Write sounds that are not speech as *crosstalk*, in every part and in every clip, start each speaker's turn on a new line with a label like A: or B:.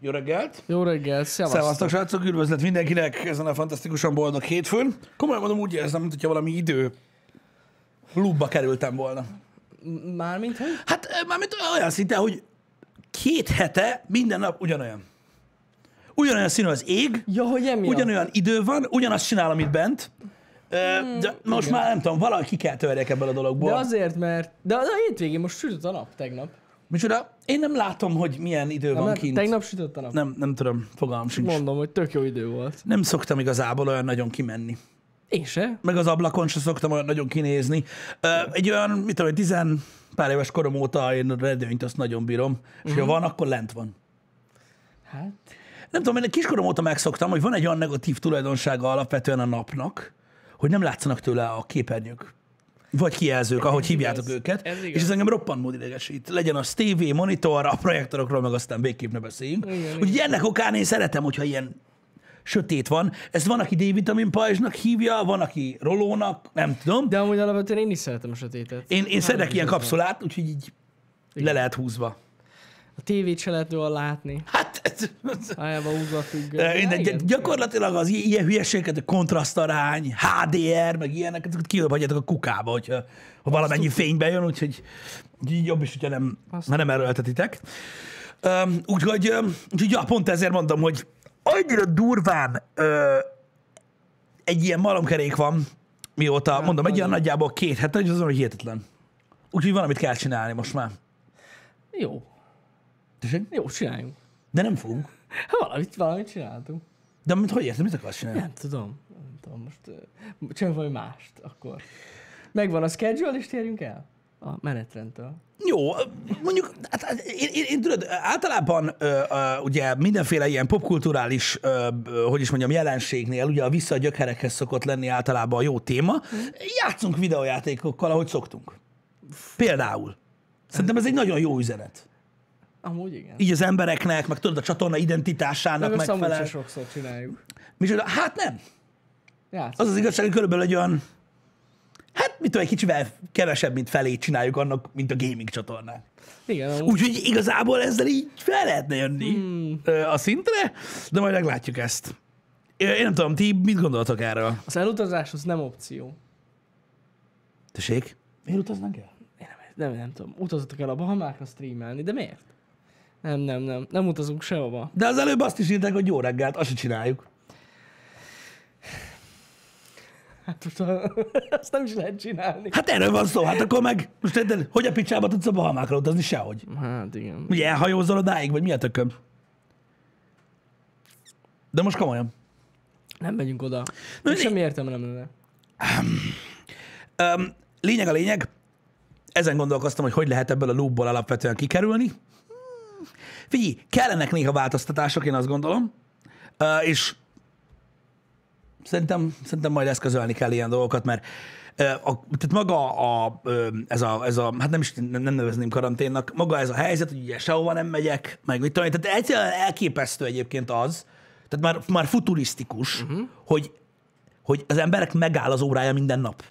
A: Jó reggelt!
B: Jó reggel, szevasztok.
A: Szevasztok, srácok! Üdvözlet mindenkinek ezen a fantasztikusan boldog hétfőn. Komolyan mondom, úgy érzem, mint hogyha valami idő klubba kerültem volna.
B: Mármint, hogy?
A: Hát ö, mármint olyan szinte, hogy két hete minden nap ugyanolyan. Ugyanolyan színű az ég,
B: Ja, hogy emiatt.
A: ugyanolyan idő van, ugyanazt csinálom itt bent, Ö, de most már nem tudom, valahogy ki kell törjek ebből a dologból.
B: Hmm, De azért, mert... De a hétvégén most sütött a nap, tegnap.
A: Micsoda? Én nem látom, hogy milyen idő van
B: Mert
A: kint.
B: hát tegnap sütött a nap.
A: Nem, nem tudom, fogalmam sincs.
B: Mondom, hogy tök jó idő volt.
A: Nem szoktam igazából olyan nagyon kimenni.
B: Én se.
A: meg az ablakon se szoktam olyan nagyon kinézni. Ö, Egy olyan, mit tudom, egy tizen pár éves korom óta én a redőnyt azt nagyon bírom, és
B: Mhm.
A: uh-huh. ha van, akkor lent van.
B: Hát...
A: Nem tudom, én kiskorom óta megszoktam, hogy van egy olyan negatív tulajdonsága alapvetően a napnak, hogy nem látszanak tőle a képernyők. Vagy kijelzők, ahogy hívjátok
B: igaz.
A: őket.
B: Ez igaz.
A: és ez engem roppant mód idegesít. Legyen az TV, monitor, a projektorokról, meg aztán végképp ne beszéljünk.
B: Igen,
A: Úgyhogy ennek okán én szeretem, hogyha ilyen sötét van. Ezt van, aki D-vitamin pajzsnak hívja, van, aki rolónak, nem tudom.
B: De amúgy alapvetően én is szeretem a sötétet.
A: Én, én szedek
B: is
A: ilyen
B: az van.
A: kapszulát, úgyhogy így le lehet húzva.
B: A tévét se lehet jól látni.
A: Hát, ez, ez,
B: Áljába húzva függ.
A: de mindegy, de gyakorlatilag az i- ilyen hülyeségeket, a kontrasztarány, HDR, meg ilyenek, azokat kihagyjátok a kukába, hogyha, ha valamennyi fénybe jön, úgyhogy így jobb is, hogyha nem, ha nem erőltetitek. Öm, Úgyhogy, öm, úgyhogy ja, pont ezért mondom, hogy annyira durván ö, egy ilyen malomkerék van, mióta, mondom, egy ilyen nagyjából két hete, hogy az valami hihetetlen. Úgyhogy valamit kell csinálni most már.
B: Jó.
A: Tessék?
B: Jó, csináljunk.
A: De nem fogunk.
B: Hát valamit, valamit csináltunk.
A: De mint hogy érted, mit akarsz csinálni?
B: Nem tudom. Nem tudom, most ö, csináljunk valami mást akkor. Megvan a schedule, és térjünk el? A menetrendtől.
A: Jó, mondjuk, hát, hát én, én, én tudod, általában ö, ö, ugye mindenféle ilyen popkulturális, ö, ö, hogy is mondjam, jelenségnél ugye a vissza a gyökerekhez szokott lenni általában a jó téma. Játszunk videojátékokkal, ahogy szoktunk. Például. Szerintem ez egy nagyon jó üzenet.
B: Amúgy igen.
A: Így az embereknek, meg tudod, a csatorna identitásának
B: Meg azt amúgy se
A: megfelel.
B: sokszor csináljuk.
A: Micsoda? Hát nem.
B: Játszunk.
A: Az az igazság, hogy körülbelül egy olyan, hát mit tudom, egy kicsivel kevesebb, mint felét csináljuk annak, mint a gaming csatornák.
B: Igen, amúgy.
A: Úgyhogy igazából ezzel így fel lehetne jönni hmm. a szintre, de majd meglátjuk ezt. Ö, Én nem tudom, ti mit gondoltok erről?
B: Az elutazás az nem opció.
A: Tessék? Miért utaznánk el?
B: Én nem, nem, nem tudom. Utazottak el a Bahamákra streamelni, de miért? Nem, nem, nem. Nem utazunk sehova.
A: De az előbb azt is írták, hogy jó reggelt, azt se csináljuk.
B: Hát most *laughs* azt nem is lehet csinálni.
A: Hát erről van szó, hát akkor meg, most érted, hogy a picsába tudsz a Bahamákra utazni? Sehogy.
B: Hát igen.
A: Ugye elhajózol odáig, vagy mi a tököm? De most komolyan.
B: Nem megyünk oda. Még semmi értelme nem lenne.
A: Öm, lényeg a lényeg, ezen gondolkoztam, hogy hogy lehet ebből a loopból alapvetően kikerülni. Hmm, Figyelj, kellenek néha változtatások, én azt gondolom, Ö, és szerintem, szerintem majd eszközölni kell ilyen dolgokat, mert ö, a, tehát maga a, ö, ez, a, ez a, hát nem is nem, nem nevezném karanténnak, maga ez a helyzet, hogy ugye sehova nem megyek, meg mit tudom én, tehát egyszerűen elképesztő egyébként az, tehát már, már futurisztikus, uh-huh. hogy, hogy az emberek megáll az órája minden nap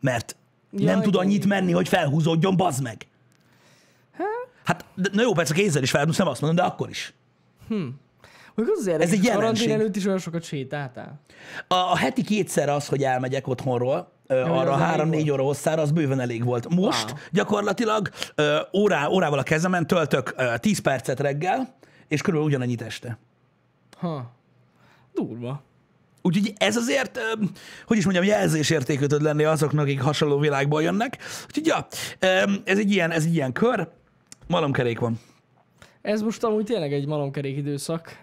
A: mert
B: Ja,
A: ja, nem tud
B: igen,
A: annyit menni, hogy felhúzódjon, bazd meg. Hát, de- na jó, persze kézzel is fel, most nem azt mondom, de akkor is.
B: Hogy az az érdekes,
A: egy
B: hogy karantén
A: jelenség.
B: előtt is olyan sokat sétáltál.
A: A, a heti kétszer az, hogy elmegyek otthonról, ö, arra
B: az elég
A: három-négy óra hosszára, az bőven elég volt. Most
B: Wow.
A: gyakorlatilag ö, órá, órával a kezemen töltök ö, 10 percet reggel, és körülbelül ugyanannyit este.
B: Ha. Durva.
A: Úgyhogy ez azért, öm, hogy is mondjam, jelzésértékű tud lenni azoknak, akik hasonló világból jönnek. Úgyhogy ja, öm, ez egy ilyen, ez egy ilyen kör, malomkerék van.
B: Ez most amúgy tényleg egy malomkerék időszak.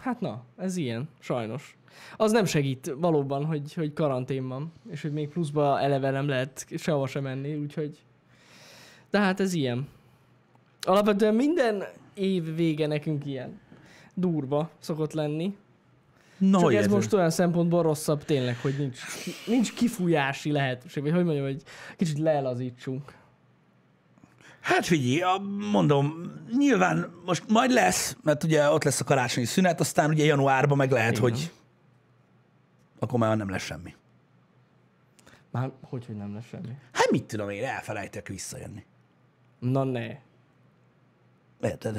B: Hát na, ez ilyen, sajnos. Az nem segít valóban, hogy, hogy karantén van, és hogy még pluszba eleve nem lehet sehova sem menni, úgyhogy... De hát ez ilyen. Alapvetően minden év vége nekünk ilyen. Durva szokott lenni.
A: Na,
B: Csak
A: hogy
B: ez
A: ez
B: most olyan szempontból rosszabb tényleg, hogy nincs, nincs kifújási lehetőség, vagy hogy mondjam, hogy kicsit leelazítsunk.
A: Hát figyelj, a- mondom, nyilván most majd lesz, mert ugye ott lesz a karácsonyi szünet, aztán ugye januárban meg lehet,
B: Igen.
A: hogy akkor már nem lesz semmi.
B: Már hogy, hogy nem lesz semmi.
A: Hát mit tudom
B: E-
A: én, elfelejtek visszajönni.
B: Na ne.
A: Érted?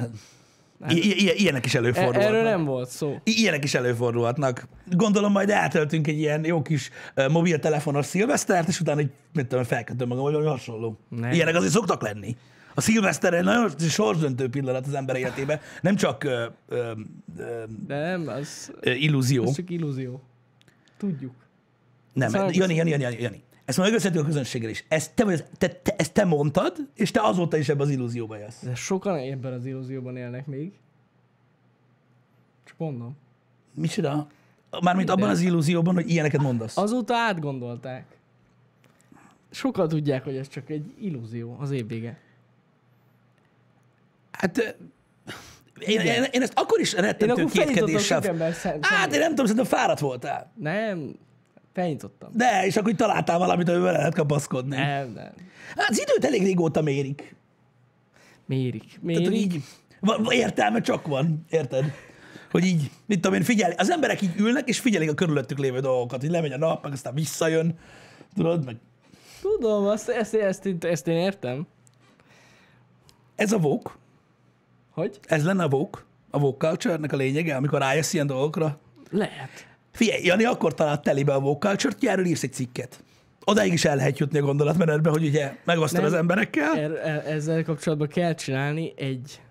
A: Hát I- i- i- ilyenek is
B: E-
A: előfordulnak.
B: erről nem volt szó.
A: I- Ilyenek is előfordulhatnak. Gondolom majd eltöltünk egy ilyen jó kis ö, mobiltelefonos szilvesztert, és utána egy, mit tudom, felkötöm magam, vagy valami hasonló.
B: Ne.
A: Ilyenek azért szoktak lenni. A szilveszter egy nagyon sorsdöntő pillanat az ember életében, nem csak ö, ö, ö,
B: De nem, az,
A: ö, illúzió.
B: az csak illúzió. Tudjuk.
A: Nem,
B: Szóval-
A: Jani, Jani, Jani, Jani, Jani. Ezt már megösszetünk a közönséggel is. Ezt te, vagy, te, te, ezt te mondtad, és te azóta is ebbe az illúzióba jössz.
B: De sokan ebben az illúzióban élnek még. Csak mondom.
A: Micsoda? Mármint abban az illúzióban, hogy ilyeneket mondasz.
B: Azóta átgondolták. Sokan tudják, hogy ez csak egy illúzió az évvége.
A: Hát ö, én, én, én ezt akkor is
B: Én
A: rettentő
B: akkor felnyitottam
A: kétkedéssel...
B: sok ember szem,
A: Hát én nem tudom, szerintem fáradt voltál.
B: Nem, felnyitottam.
A: De, és akkor így találtál valamit, amivel le lehet kapaszkodni. Hát
B: Nem, nem.
A: az időt elég régóta mérik.
B: Mérik.
A: Tehát, hogy
B: Mérik.
A: így va- va- értelme csak van, érted? Hogy így, mit tudom én, figyelj, az emberek így ülnek, és figyelik a körülöttük lévő dolgokat, így lemegy a nap, meg aztán visszajön, tudod, meg
B: Tudom, azt, ezt, ezt, ezt, ezt én értem.
A: ez a vók,
B: Hogy?
A: ez lenne a vók, a woke culture-nek a lényege, amikor rájössz ilyen dolgokra.
B: Lehet.
A: Figyelj, Jani akkor talált telibe a woke culture-t, hogy erről írsz egy cikket. Odáig is el lehet jutni a gondolatmenetbe, hogy ugye megosztod
B: Nem.
A: az emberekkel.
B: Er, er, ezzel kapcsolatban kell csinálni egy,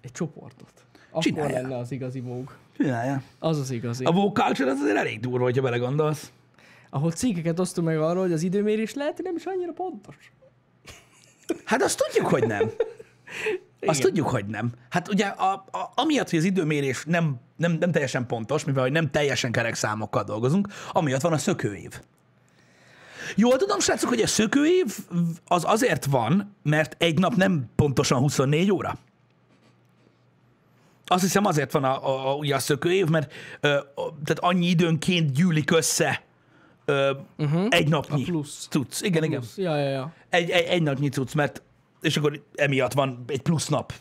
B: egy csoportot. Akkor
A: Csinálja.
B: lenne az igazi móg.
A: Csinálja.
B: Az az igazi.
A: A woke culture az azért elég durva, hogyha belegondolsz.
B: ahol cikkeket osztunk meg arról, hogy az időmérés lehet, hogy nem is annyira pontos.
A: Hát azt tudjuk, hogy nem. Azt
B: Igen.
A: tudjuk, hogy nem. Hát ugye a, a, amiatt, hogy az időmérés nem, nem, nem teljesen pontos, mivel hogy nem teljesen kerek számokkal dolgozunk, amiatt van a szökőév. Jól tudom, srácok, hogy a szökőév az azért van, mert egy nap nem pontosan 24 óra. Azt hiszem azért van a, a, a, ugye a szökőév, mert ö, a, tehát annyi időnként gyűlik össze ö, uh-huh. egy napnyi.
B: Mhm. A plusz.
A: Tudsz. Igen, igen
B: Plusz. Ja, ja, ja.
A: egy, egy, egy napnyi cucc, mert és akkor emiatt van egy plusz nap,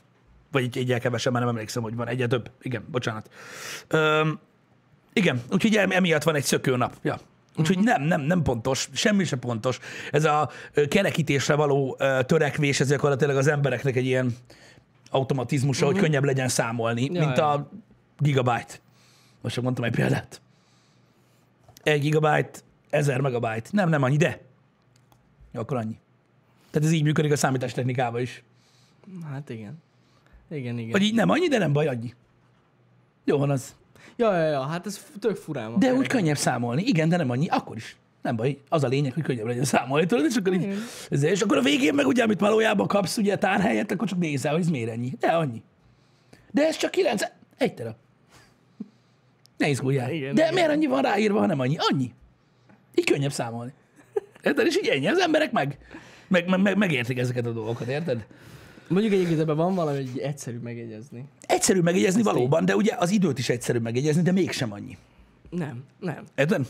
A: vagy egy egyel kevesebb, már nem emlékszem, hogy van egyre több. Igen, bocsánat. Öm, igen, úgyhogy em- emiatt van egy szökőnap. Ja. Úgyhogy
B: Mhm.
A: nem, nem, nem pontos, semmi se pontos. Ez a ö, kerekítésre való ö, törekvés, ez gyakorlatilag az embereknek egy ilyen automatizmusa, hogy könnyebb legyen számolni,
B: Mhm. Ja,
A: mint
B: ja.
A: a gigabyte. Most csak mondtam egy példát. Egy gigabyte, ezer megabyte. Nem, nem annyi, de. Ja, akkor annyi. Tehát ez így működik a számítástechnikában is.
B: Hát igen. Igen, igen.
A: Hogy így nem annyi, de nem baj, annyi. Jó van az.
B: Ja, ja, ja, hát ez f- tök furán van.
A: De úgy könnyebb számolni. Igen, de nem annyi. Akkor is. Nem baj. Az a lényeg, hogy könnyebb legyen számolni tudod, és akkor így, ez- és akkor a végén meg ugye, amit valójában kapsz, ugye a tárhelyet, akkor csak nézel, hogy ez miért ennyi. De annyi. De ez csak 9, egy terap. Ne izguljál.
B: Igen,
A: de
B: igen.
A: miért annyi van ráírva, ha nem annyi? Annyi. Így könnyebb számolni. Érted? És így ennyi. Az emberek meg, meg, meg, meg megértik ezeket a dolgokat, érted?
B: Mondjuk egyébként ebben van valami, hogy egyszerű megjegyezni.
A: Egyszerű megjegyezni valóban, de ugye az időt is egyszerű megjegyezni, de mégsem annyi.
B: Nem, nem.
A: Érted?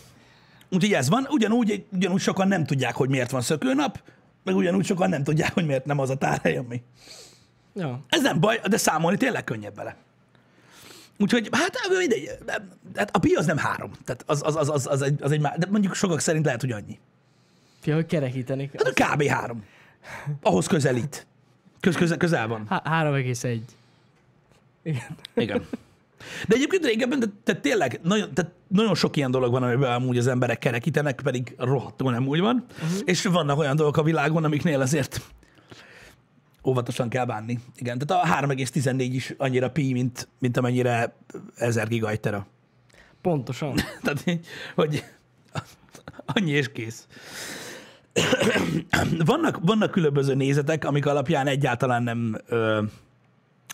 A: Úgyhogy ez van. Ugyanúgy, ugyanúgy sokan nem tudják, hogy miért van szökőnap, meg ugyanúgy sokan nem tudják, hogy miért nem az a tárhely, ami.
B: Ja.
A: Ez nem baj, de számolni tényleg könnyebb vele. Úgyhogy, hát mindegy, hát a pi az nem három. Tehát az, az, az, az, az, egy, az egy már, de mondjuk sokak szerint lehet, hogy annyi.
B: Fia, hogy kerekíteni kell.
A: Hát a kb. három. Ahhoz közelít. Köz, közel, közel van.
B: Há- 3,1. Igen.
A: Igen. De egyébként régebben, de, de tényleg nagyon, tehát nagyon sok ilyen dolog van, amiben amúgy az emberek kerekítenek, pedig rohadtul nem úgy van. Uh-huh. És vannak olyan dolgok a világon, amiknél azért óvatosan kell bánni. Igen, tehát a 3,14 is annyira pi, mint, mint amennyire 1000 gigajtera.
B: Pontosan.
A: *coughs* Tehát, így, hogy *coughs* annyi és kész. *coughs* Vannak, vannak különböző nézetek, amik alapján egyáltalán nem, ö,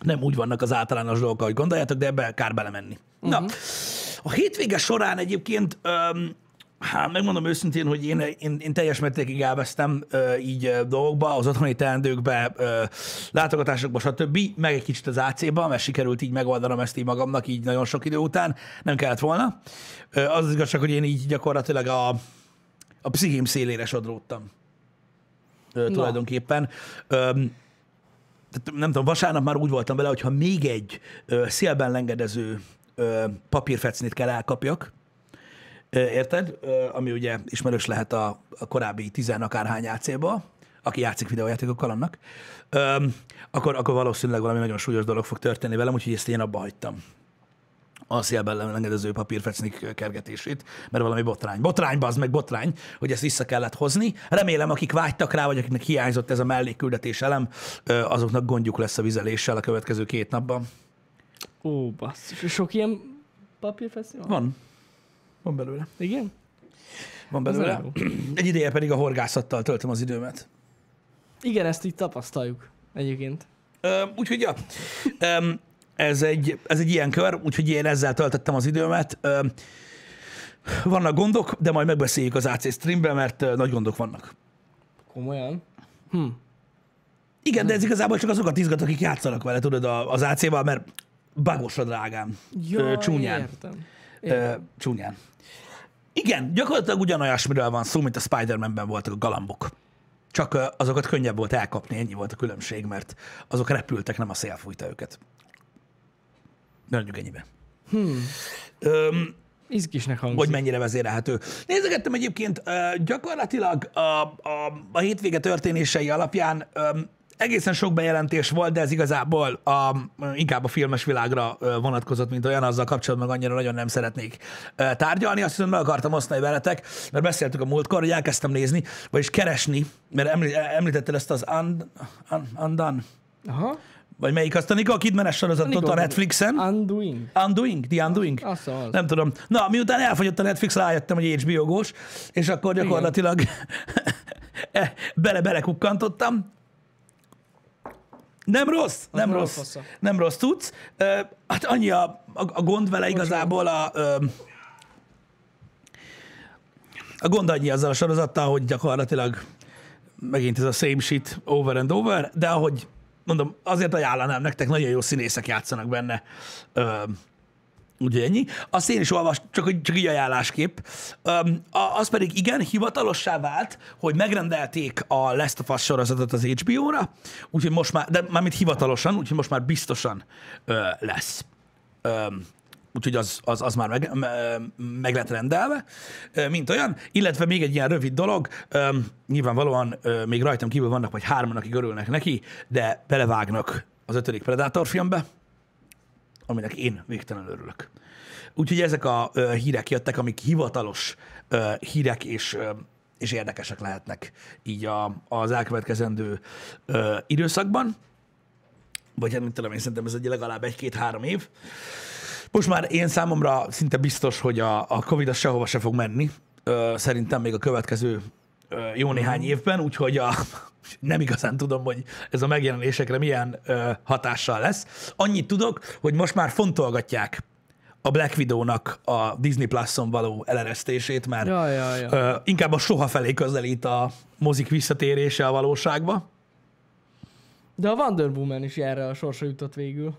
A: nem úgy vannak az általános dolgok, ahogy gondoljátok, de ebbe kár belemenni. Uh-huh. Na, a hétvége során egyébként, öm, hát megmondom őszintén, hogy én, én, én teljes mértékig elvesztem ö, így ö, dolgokba, az otthoni teendőkbe, ö, látogatásokba, stb., meg egy kicsit az AC-ba, mert sikerült így megoldanom ezt így magamnak így nagyon sok idő után, nem kellett volna. Ö, az az igazság, hogy én így gyakorlatilag a, a pszichém szélére sodródtam. Ö,
B: Na.
A: tulajdonképpen. Öm, tehát nem tudom, vasárnap már úgy voltam vele, hogyha még egy ö, szélben lengedező ö, papírfecnét kell elkapjak, ö, érted? Ö, ami ugye ismerős lehet a, a korábbi tizen akárhány ac aki játszik videójátékokkal annak, öm, akkor, akkor valószínűleg valami nagyon súlyos dolog fog történni velem, úgyhogy ezt én abba hagytam a szélben lengedező papírfecnik kergetését, mert valami botrány. Botrány, bazd meg, botrány, hogy ezt vissza kellett hozni. Remélem, akik vágytak rá, vagy akiknek hiányzott ez a mellékküldetés elem, ö, azoknak gondjuk lesz a vizeléssel a következő két napban.
B: Ó, basszus. És Sok ilyen papírfesztivál?
A: Van. Van belőle.
B: Igen?
A: Van
B: Ez
A: belőle.
B: nagyon jó.
A: Egy ideje pedig a horgászattal töltöm az időmet.
B: Igen, ezt így tapasztaljuk egyébként.
A: Ö, Úgyhogy, ja, Ö, ez egy, ez egy ilyen kör, úgyhogy én ezzel töltöttem az időmet. Ö, Vannak gondok, de majd megbeszéljük az AC streamben, mert ö, nagy gondok vannak.
B: Komolyan.
A: Igen, de ez igazából csak azokat izgat, akik játszanak vele, tudod, a- az AC-val, mert bagos a drágám. Ö, csúnyán.
B: Értem.
A: Ö, csúnyán. Igen, gyakorlatilag ugyanolyasmiről van szó, mint a Spider-Man-ben voltak a galambok. Csak ö, azokat könnyebb volt elkapni, ennyi volt a különbség, mert azok repültek, nem a szél fújta őket. Mondjuk ennyibe. Hmm. Öm,
B: Izgisnek hangzik.
A: hogy mennyire vezérelhető. Nézegettem egyébként ö, gyakorlatilag a, a, a hétvége történései alapján ö, egészen sok bejelentés volt, de ez igazából a, inkább a filmes világra ö, vonatkozott, mint olyan, azzal kapcsolatban meg annyira nagyon nem szeretnék ö, tárgyalni. Azt viszont meg akartam osztani veletek, mert beszéltük a múltkor, hogy elkezdtem nézni, vagyis keresni, mert emlí- említetted ezt az Und, Un, Undone,
B: Aha.
A: vagy melyik azt a Nicole Kidman-es sorozatot a
B: Nicole-
A: Netflixen?
B: Undoing.
A: Undoing? The Undoing?
B: Azt az.
A: Nem tudom. Na, miután elfogyott a Netflix, rájöttem, hogy HBO-gós, és akkor gyakorlatilag *laughs* e, bele-bele kukkantottam. Nem rossz, nem
B: nagyon
A: rossz,
B: fasza.
A: nem rossz tudsz. Ö, Hát annyi a, a, a gond vele igazából a... ö, A gond annyi azzal a sorozattal, hogy gyakorlatilag megint ez a same shit over and over, de ahogy mondom, azért ajánlanám nektek, nagyon jó színészek játszanak benne. Ö, Ugye ennyi. Azt én is olvastam, csak, hogy- csak így ajánlásképp. Öm, a- az pedig igen, hivatalossá vált, hogy megrendelték a Last of Us sorozatot az HBO-ra, úgyhogy most már, de mármint hivatalosan, úgyhogy most már biztosan ö, lesz. Öm, úgyhogy az, az, az már meg, me- meg lett rendelve, ö, mint olyan. Illetve még egy ilyen rövid dolog, öm, nyilvánvalóan ö, még rajtam kívül vannak vagy hárman, akik örülnek neki, de belevágnak az ötödik Predator filmbe, aminek én végtelenül örülök. Úgyhogy ezek a ö, hírek jöttek, amik hivatalos ö, hírek és, ö, és érdekesek lehetnek így a, az elkövetkezendő ö, időszakban. Vagy hát, mint tudom én, szerintem ez egy legalább egy-két-három év. Most már én számomra szinte biztos, hogy a, a Covid az sehova se fog menni. Ö, szerintem még a következő ö, jó néhány évben, úgyhogy a, *laughs* nem igazán tudom, hogy ez a megjelenésekre milyen ö, hatással lesz. Annyit tudok, hogy most már fontolgatják a Black Widow-nak a Disney Plus-on való eleresztését, mert
B: Ja, ja, ja.
A: Ö, inkább a soha felé közelít a mozik visszatérése a valóságba.
B: De a Wonder Woman is erre a sorsa jutott végül.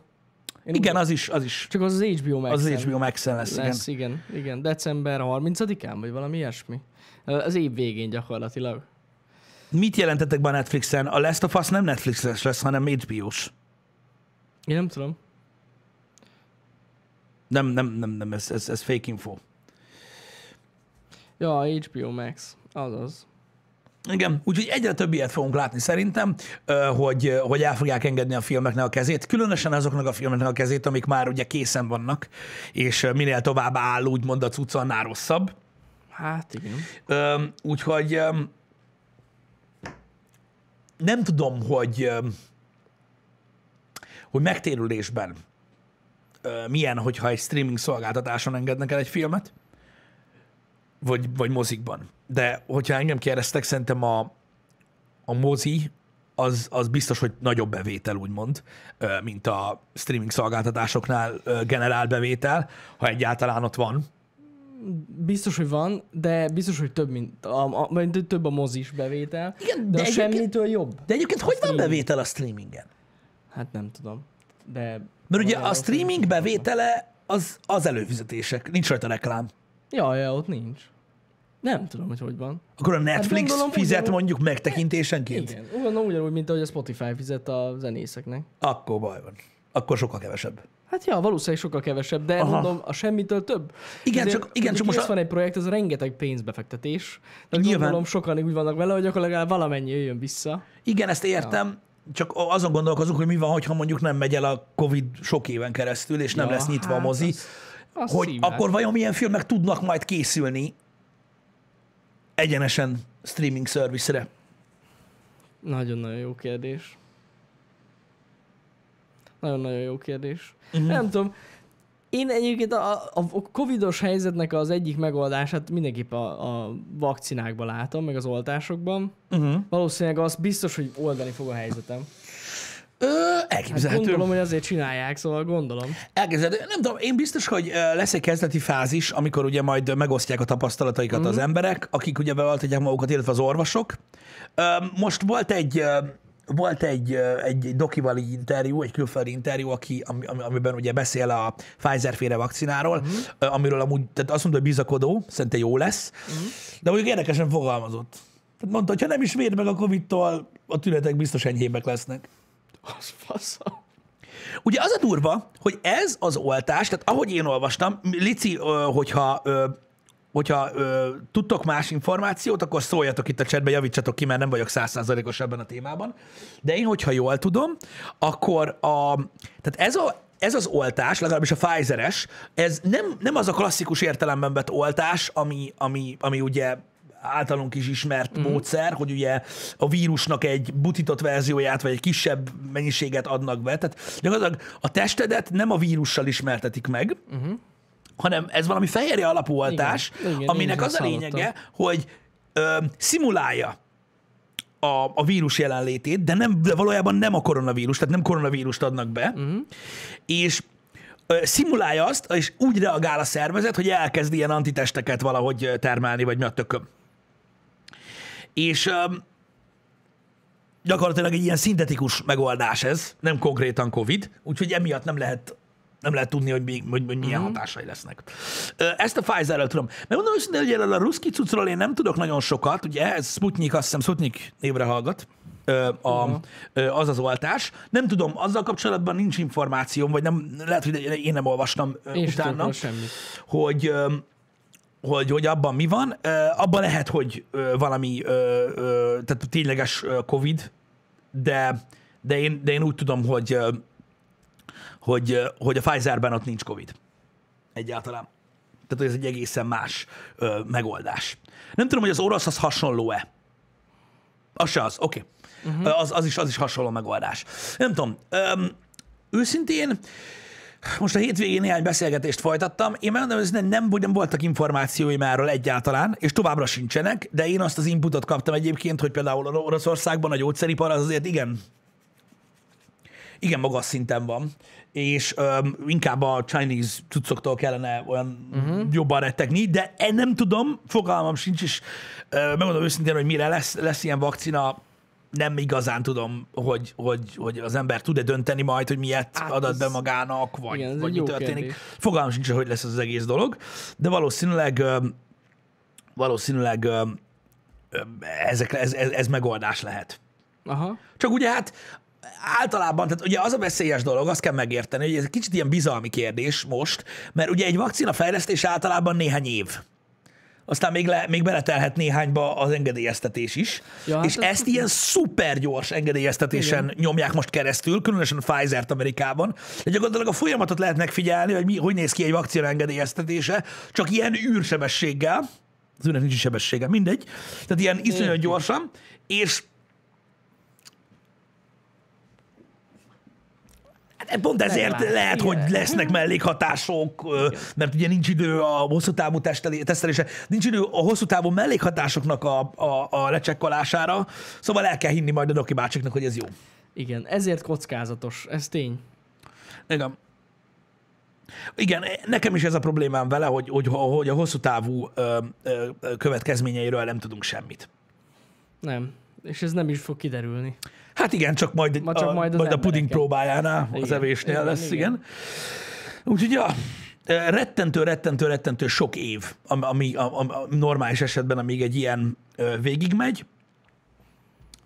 B: Én
A: Igen, az is, az is.
B: Csak az az HBO Max.
A: Az az HBO Max-en lesz, igen.
B: lesz, igen. igen. igen. December 30-án, vagy valami ilyesmi. Az év végén gyakorlatilag.
A: Mit jelentettek be a Netflixen? A Last of Us nem Netflixes lesz, hanem HBO-s.
B: Én nem tudom.
A: Nem, nem, nem, nem, ez, ez, ez fake info.
B: Ja, HBO Max. Azaz.
A: Igen, úgyhogy egyre több ilyet fogunk látni szerintem, ö, hogy, hogy el fogják engedni a filmeknek a kezét, különösen azoknak a filmeknek a kezét, amik már ugye készen vannak, és minél tovább áll, úgymond a cucc, annál rosszabb.
B: Hát igen.
A: Öm, úgyhogy öm, nem tudom, hogy, öm, hogy megtérülésben ö, milyen, hogyha egy streaming szolgáltatáson engednek el egy filmet, vagy, vagy mozikban. De hogyha engem kérdeztek, szerintem a, a mozi az, az biztos, hogy nagyobb bevétel, úgymond, ö, mint a streaming szolgáltatásoknál ö, generál bevétel, ha egyáltalán ott van.
B: Biztos, hogy van, de biztos, hogy több, mint a, a, vagy több a mozis bevétel.
A: Igen,
B: de,
A: de
B: a
A: egyébként-
B: semmitől jobb.
A: De egyébként hogy van
B: streaming.
A: bevétel a streamingen?
B: Hát nem tudom. De
A: Mert ugye a
B: Magyarországon-
A: streaming bevétele az, az előfizetések, nincs rajta reklám.
B: Ja, ja, ott nincs. Nem tudom, hogy hogy van.
A: Akkor a Netflix
B: Hát gondolom,
A: fizet
B: ugyanúgy-
A: mondjuk megtekintésenként?
B: Igen. Ugyanúgy, ugyanúgy, mint ahogy a Spotify fizet a zenészeknek.
A: Akkor baj van. akkor sokkal kevesebb.
B: Hát ja, valószínűleg sokkal kevesebb, de
A: Aha.
B: Aha. mondom, a semmitől több.
A: Igen,
B: Azért,
A: csak- igen, csak most
B: most
A: a-
B: van egy projekt, ez rengeteg pénzbefektetés. Tehát
A: Nyilván.
B: Nyilván. gondolom sokan úgy vannak vele, hogy akkor legalább valamennyi jöjjön vissza.
A: Igen, ezt értem, csak azon gondolkozunk, hogy mi van, hogyha mondjuk nem megy el a Covid sok éven keresztül, és nem
B: Ja,
A: lesz nyitva a
B: hát
A: mozi,
B: az- az
A: hogy
B: szívás.
A: akkor vajon milyen filmek tudnak majd készülni egyenesen streaming service-re.
B: Nagyon-nagyon jó kérdés. Nagyon-nagyon jó kérdés.
A: Mhm.
B: Uh-huh. Nem tudom, én egyébként a, a- a covidos helyzetnek az egyik megoldását mindenképp a, a vakcinákban látom, meg az oltásokban.
A: Uh-huh.
B: Valószínűleg az biztos, hogy oldani fog a helyzetem.
A: Ö,
B: Hát
A: elképzelhető.
B: gondolom, hogy azért csinálják, szóval gondolom.
A: Elképzelhető. Nem tudom, én biztos, hogy ö, lesz egy kezdeti fázis, amikor ugye majd megosztják a tapasztalataikat mm-hmm. az emberek, akik ugye beoltatják magukat, illetve az orvosok. Ö, Most volt egy ö, volt egy, ö, egy dokival így interjú, egy külföldi interjú, aki, ami, ami- amiben ugye beszél a Pfizer féle vakcináról, ö, amiről amúgy, tehát azt mondta, hogy bizakodó, szerintem jó lesz, de mondjuk érdekesen fogalmazott. Tehát mondta, hogy ha nem is véd meg a Covid-tól, a tünetek biztos enyhébbek lesznek.
B: Az fasza.
A: Ugye az a durva, hogy ez az oltás, tehát ahogy én olvastam, Lici, ö, hogyha, ö, hogyha ö, tudtok más információt, akkor szóljatok itt a csetbe, javítsatok ki, mert nem vagyok százszázalékos ebben a témában. De én, hogyha jól tudom, akkor a, tehát ez a, ez az oltás, legalábbis a Pfizeres, ez nem, nem az a klasszikus értelemben vett oltás, ami, ami, ami ugye általunk is ismert
B: Mhm.
A: mm. módszer, hogy ugye a vírusnak egy butított verzióját, vagy egy kisebb mennyiséget adnak be. Tehát gyakorlatilag a testedet nem a vírussal ismertetik meg, hanem ez valami fehérje alapú oltás,
B: Mhm. Igen, igen,
A: aminek
B: én is
A: az a
B: hallottam.
A: lényege, hogy ö, szimulálja a, a vírus jelenlétét, de, nem, de valójában nem a koronavírus, tehát nem koronavírust adnak be,
B: Mhm.
A: uh-huh. és ö, szimulálja azt, és úgy reagál a szervezet, hogy elkezd ilyen antitesteket valahogy ö, termelni, vagy mi a tököm. És öm, gyakorlatilag egy ilyen szintetikus megoldás ez, nem konkrétan COVID, úgyhogy emiatt nem lehet nem lehet tudni, hogy, mi, hogy, hogy
B: Mhm.
A: milyen hatásai lesznek. Ö, Ezt a Pfizer-rel tudom. Megmondom őszintén, hogy erről a ruszki cuccról én nem tudok nagyon sokat, ugye ez Sputnik, azt hiszem Sputnik névre hallgat, ö,
B: Mhm.
A: a, ö, az az oltás. Nem tudom, azzal kapcsolatban nincs információm, vagy nem, lehet, hogy én nem olvastam ö,
B: Én sem tudok
A: utána
B: róla semmit.
A: hogy, öm, hogy, hogy abban mi van. Ö, Abban lehet, hogy ö, valami, ö, ö, tehát tényleges ö, COVID, de, de, én, de én úgy tudom, hogy, ö, hogy, ö, hogy a Pfizerben ott nincs COVID. Egyáltalán. Tehát hogy ez egy egészen más ö, megoldás. Nem tudom, hogy az orosz az hasonló-e. Az se az, oké. Okay. Uh-huh. Az, az, is, az is hasonló megoldás. Nem tudom. Öm, őszintén, most a hétvégén néhány beszélgetést folytattam. Én megmondom, hogy nem, nem voltak információim erről egyáltalán, és továbbra sincsenek, de én azt az inputot kaptam egyébként, hogy például Or- Oroszországban a gyógyszeripar az azért igen, igen magas szinten van, és öm, inkább a Chinese cuccoktól kellene olyan uh-huh. jobban rettegni, de e, nem tudom, fogalmam sincs, és ö, megmondom őszintén, hogy mire lesz, lesz ilyen vakcina, nem igazán tudom, hogy, hogy, hogy az ember tud-e dönteni majd, hogy miért hát
B: Hát
A: adat be
B: ez-
A: magának, vagy vagy,
B: Igen,
A: Igen,
B: ez egy
A: vagy mi
B: jó
A: történik. Kérdés.
B: kérdés.
A: Fogalmam sincs, hogy lesz ez az egész dolog, de valószínűleg öm, valószínűleg öm, öm, ezek, ez, ez, ez megoldás lehet.
B: Aha.
A: Csak ugye hát általában, tehát ugye az a veszélyes dolog, azt kell megérteni, hogy ez egy kicsit ilyen bizalmi kérdés most, mert ugye egy vakcina fejlesztés általában néhány év. Aztán még, le, még beletelhet néhányba az engedélyeztetés is. Ja,
B: Ja,
A: hát
B: hát
A: és
B: ez-
A: ezt ilyen szuper gyors engedélyeztetésen Igen. nyomják most keresztül, különösen a Pfizer-t Amerikában. De gyakorlatilag a folyamatot lehet megfigyelni, hogy mi, hogy néz ki egy vakcina engedélyeztetése, csak ilyen űrsebességgel, az űrnek nincs is sebessége, mindegy, tehát ilyen iszonyat
B: Értjük.
A: gyorsan, és Hát Pont ezért
B: Meglátjuk.
A: lehet,
B: Igen.
A: hogy lesznek mellékhatások, ö, mert ugye nincs idő a hosszú távú testeli- tesztelése, nincs idő a hosszú távú mellékhatásoknak a, a, a lecsekkolására, szóval el kell hinni majd a Doki bácsiknak, hogy ez jó.
B: Igen, ezért kockázatos, ez tény.
A: Igen. Igen, e- nekem is ez a problémám vele, hogy, hogy, hogy a hosszú távú ö, ö, ö, következményeiről nem tudunk semmit.
B: Nem. És ez nem is fog kiderülni.
A: Hát igen, csak majd,
B: Ma csak
A: a,
B: majd
A: majd,
B: az
A: majd a puding
B: embereken.
A: próbájánál, az
B: Igen,
A: evésnél igen,
B: igen,
A: lesz, igen. igen.
B: igen.
A: Úgyhogy ja, rettentő, rettentő, rettentő sok év, ami, ami a, a, a normális esetben, amíg egy ilyen ö, végigmegy.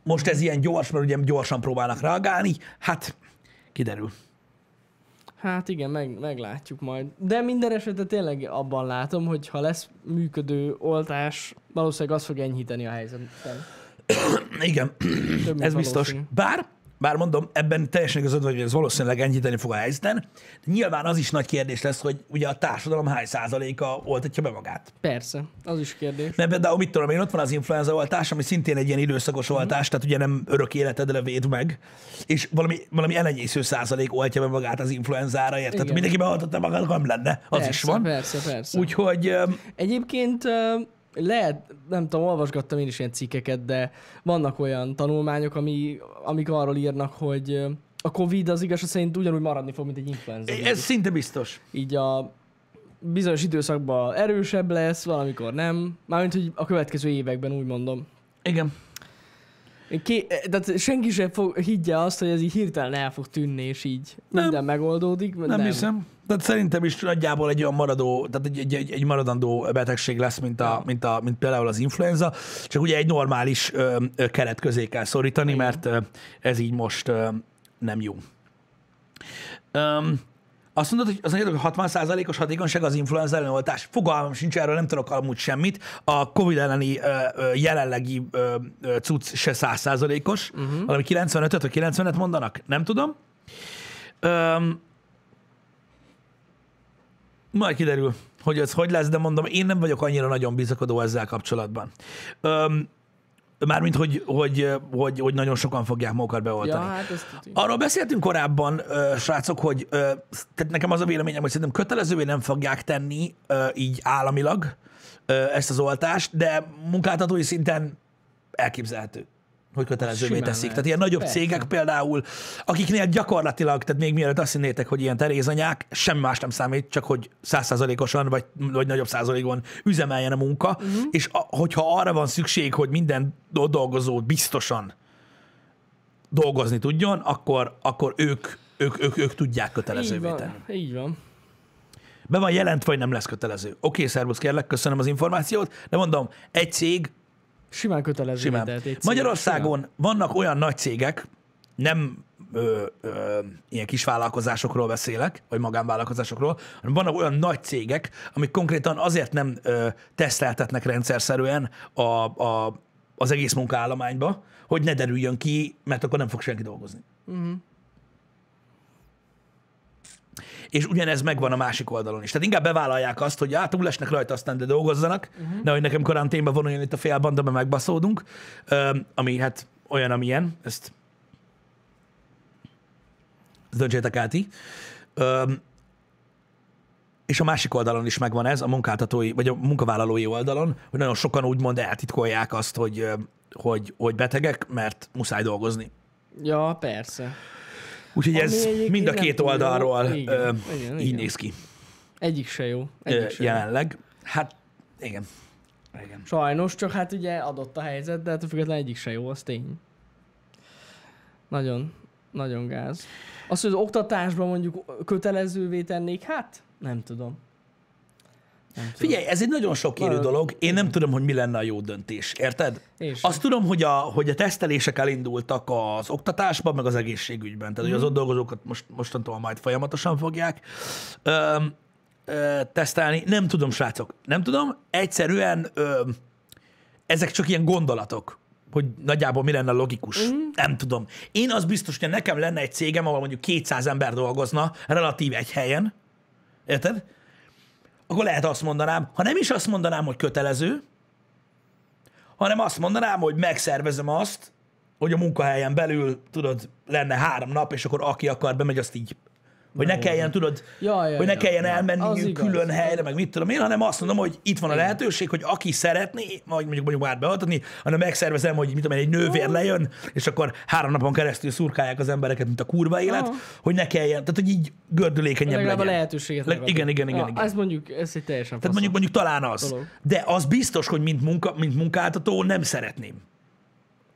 A: Most ez ilyen gyors, mert ugye gyorsan próbálnak reagálni, hát kiderül.
B: Hát igen, meg, meglátjuk majd. De minden esetre tényleg abban látom, hogy ha lesz működő oltás, valószínűleg az fog enyhíteni a helyzeten.
A: Igen,
B: Több, mint
A: ez biztos.
B: valószínű.
A: Bár, bár mondom, ebben teljesen igazad vagy, hogy ez valószínűleg enyhíteni fog a helyzeten. De nyilván az is nagy kérdés lesz, hogy ugye a társadalom hány százaléka oltatja be magát.
B: Persze, az is kérdés.
A: Mert például, mit tudom én, ott van az influenza oltás, ami szintén egy ilyen időszakos
B: Mhm.
A: oltás, tehát ugye nem örök életedre véd meg, és valami, valami elenyésző százalék oltja be magát az influenzára, érted?
B: Igen.
A: Tehát mindenki beoltatta magát, nem lenne, az
B: persze,
A: is van.
B: Persze, persze. Úgy...
A: Úgyhogy öm,
B: Egyébként ö, lehet, nem tudom, olvasgattam én is ilyen cikkeket, de vannak olyan tanulmányok, ami, amik arról írnak, hogy ö, a Covid az igazság szerint ugyanúgy maradni fog, mint egy influenza.
A: ez szinte biztos.
B: így a bizonyos időszakban erősebb lesz, valamikor nem. Mármint, hogy a következő években úgy mondom.
A: Igen.
B: Én Ké, tehát senki sem fog, higgye azt, hogy ez így hirtelen el fog tűnni, és így nem.
A: Nem.
B: minden megoldódik. mert
A: Nem, nem hiszem. Tehát szerintem is nagyjából egy olyan maradó, tehát egy, egy, egy, egy maradandó betegség lesz, mint, a, mint, a, mint például az influenza, csak ugye egy normális ö, ö, keret közé kell szorítani,
B: Igen.
A: mert ö, ez így most ö, nem jó. Öm, azt mondod, hogy az mondod, hogy 60%-os hatékonyság az influenza ellenoltás. Fogalmam sincs, erről nem tudok amúgy semmit. A COVID elleni ö, ö, jelenlegi ö, ö, cucc se 100%-os, uh-huh. valami 95-öt vagy 90-et mondanak, nem tudom. Öm, majd kiderül, hogy ez hogy lesz, de mondom, én nem vagyok annyira nagyon bizakodó ezzel kapcsolatban. Öm, mármint, hogy, hogy, hogy, hogy nagyon sokan fogják magukat
B: Ja,
A: beoltani.
B: hát ezt tudjuk.
A: Arról beszéltünk korábban, ö, srácok, hogy ö, sz- tehát nekem az a véleményem, hogy szerintem kötelezővé nem fogják tenni ö, így államilag ö, ezt az oltást, de munkáltatói szinten elképzelhető hogy kötelezővé
B: Simán
A: teszik.
B: lehet.
A: Tehát ilyen nagyobb
B: Persze.
A: cégek például, akiknél gyakorlatilag, tehát még mielőtt azt hinnétek, hogy ilyen terézanyák, semmi más nem számít, csak hogy százszázalékosan vagy, vagy nagyobb százalékon üzemeljen a munka,
B: Mhm.
A: uh-huh. és a, hogyha arra van szükség, hogy minden do- dolgozó biztosan dolgozni tudjon, akkor, akkor ők, ők, ők, ők tudják
B: így
A: kötelezővé tenni.
B: van, így van.
A: Be van jelent, vagy nem lesz kötelező. Oké, szervusz, kérlek, köszönöm az információt, de mondom, egy cég
B: Simán kötelező.
A: Simán.
B: mindent, egy cég.
A: Magyarországon vannak olyan nagy cégek, nem ö, ö, ilyen kis vállalkozásokról beszélek, vagy magánvállalkozásokról, hanem vannak olyan nagy cégek, amik konkrétan azért nem ö, teszteltetnek rendszerszerűen a, a, az egész munkaállományba, hogy ne derüljön ki, mert akkor nem fog senki dolgozni. És ugyanez megvan a másik oldalon is. Tehát inkább bevállalják azt, hogy hát túl esnek rajta, aztán de dolgozzanak,
B: Mhm.
A: uh-huh. nehogy nekem karanténba vonuljon itt a fél banda, mert megbaszódunk, Öm, ami hát olyan, amilyen, ezt, ezt döntsétek el ti. Öm, és a másik oldalon is megvan ez, a munkáltatói, vagy a munkavállalói oldalon, hogy nagyon sokan úgymond eltitkolják azt, hogy, ö, hogy, hogy betegek, mert muszáj dolgozni.
B: Ja, ja persze.
A: Úgyhogy
B: Ami
A: ez
B: egyébként
A: mind a
B: nem
A: két
B: túl jó.
A: oldalról ö,
B: Igen, igen,
A: így
B: igen.
A: néz ki.
B: Egyik se jó.
A: Ö,
B: Egyik se jó.
A: jelenleg. Hát igen. igen.
B: Sajnos, csak hát ugye adott a helyzet, de hát függetlenül egyik se jó, az tény. Nagyon, nagyon gáz. Azt, hogy az oktatásban mondjuk kötelezővé tennék, hát nem tudom. Nem tudom.
A: Figyelj, ez egy nagyon sok élő
B: Nagyon-
A: dolog. Én nem tudom, hogy mi lenne a jó döntés. Érted?
B: És
A: Azt tudom, hogy a, hogy a tesztelések elindultak az oktatásban, meg az egészségügyben. Tehát, hogy az ott dolgozókat most, mostantól majd folyamatosan fogják öm, ö, tesztelni. Nem tudom, srácok. Nem tudom. Egyszerűen ö, ezek csak ilyen gondolatok, hogy nagyjából mi lenne a logikus. Mm. Nem tudom. Én az biztos, hogy nekem lenne egy cégem, ahol mondjuk 200 ember dolgozna, relatív egy helyen, érted? Akkor lehet azt mondanám, ha nem is azt mondanám, hogy kötelező, hanem azt mondanám, hogy megszervezem azt, hogy a munkahelyen belül, tudod, lenne három nap, és akkor aki akar, bemegy azt így. Hogy ne kelljen, tudod,
B: Ja, ja,
A: hogy ne
B: ja,
A: kelljen
B: ja. Az
A: elmenni
B: igaz.
A: külön helyre, meg mit tudom én, hanem azt mondom, hogy itt van a lehetőség, hogy aki szeretné, vagy mondjuk mondjuk már beoltatni, hanem megszervezem, hogy mit tudom én, egy nővér lejön, és akkor három napon keresztül szurkálják az embereket, mint a kurva élet,
B: Aha.
A: hogy ne kelljen, tehát hogy így gördülékenyebb
B: legalább a
A: legyen.
B: lehetőséget
A: Le-
B: megadni.
A: igen, igen, igen,
B: ja,
A: igen.
B: Ez mondjuk, ez egy teljesen
A: Tehát mondjuk, mondjuk talán az.
B: dolog.
A: De az biztos, hogy mint, munka, mint munkáltató nem szeretném,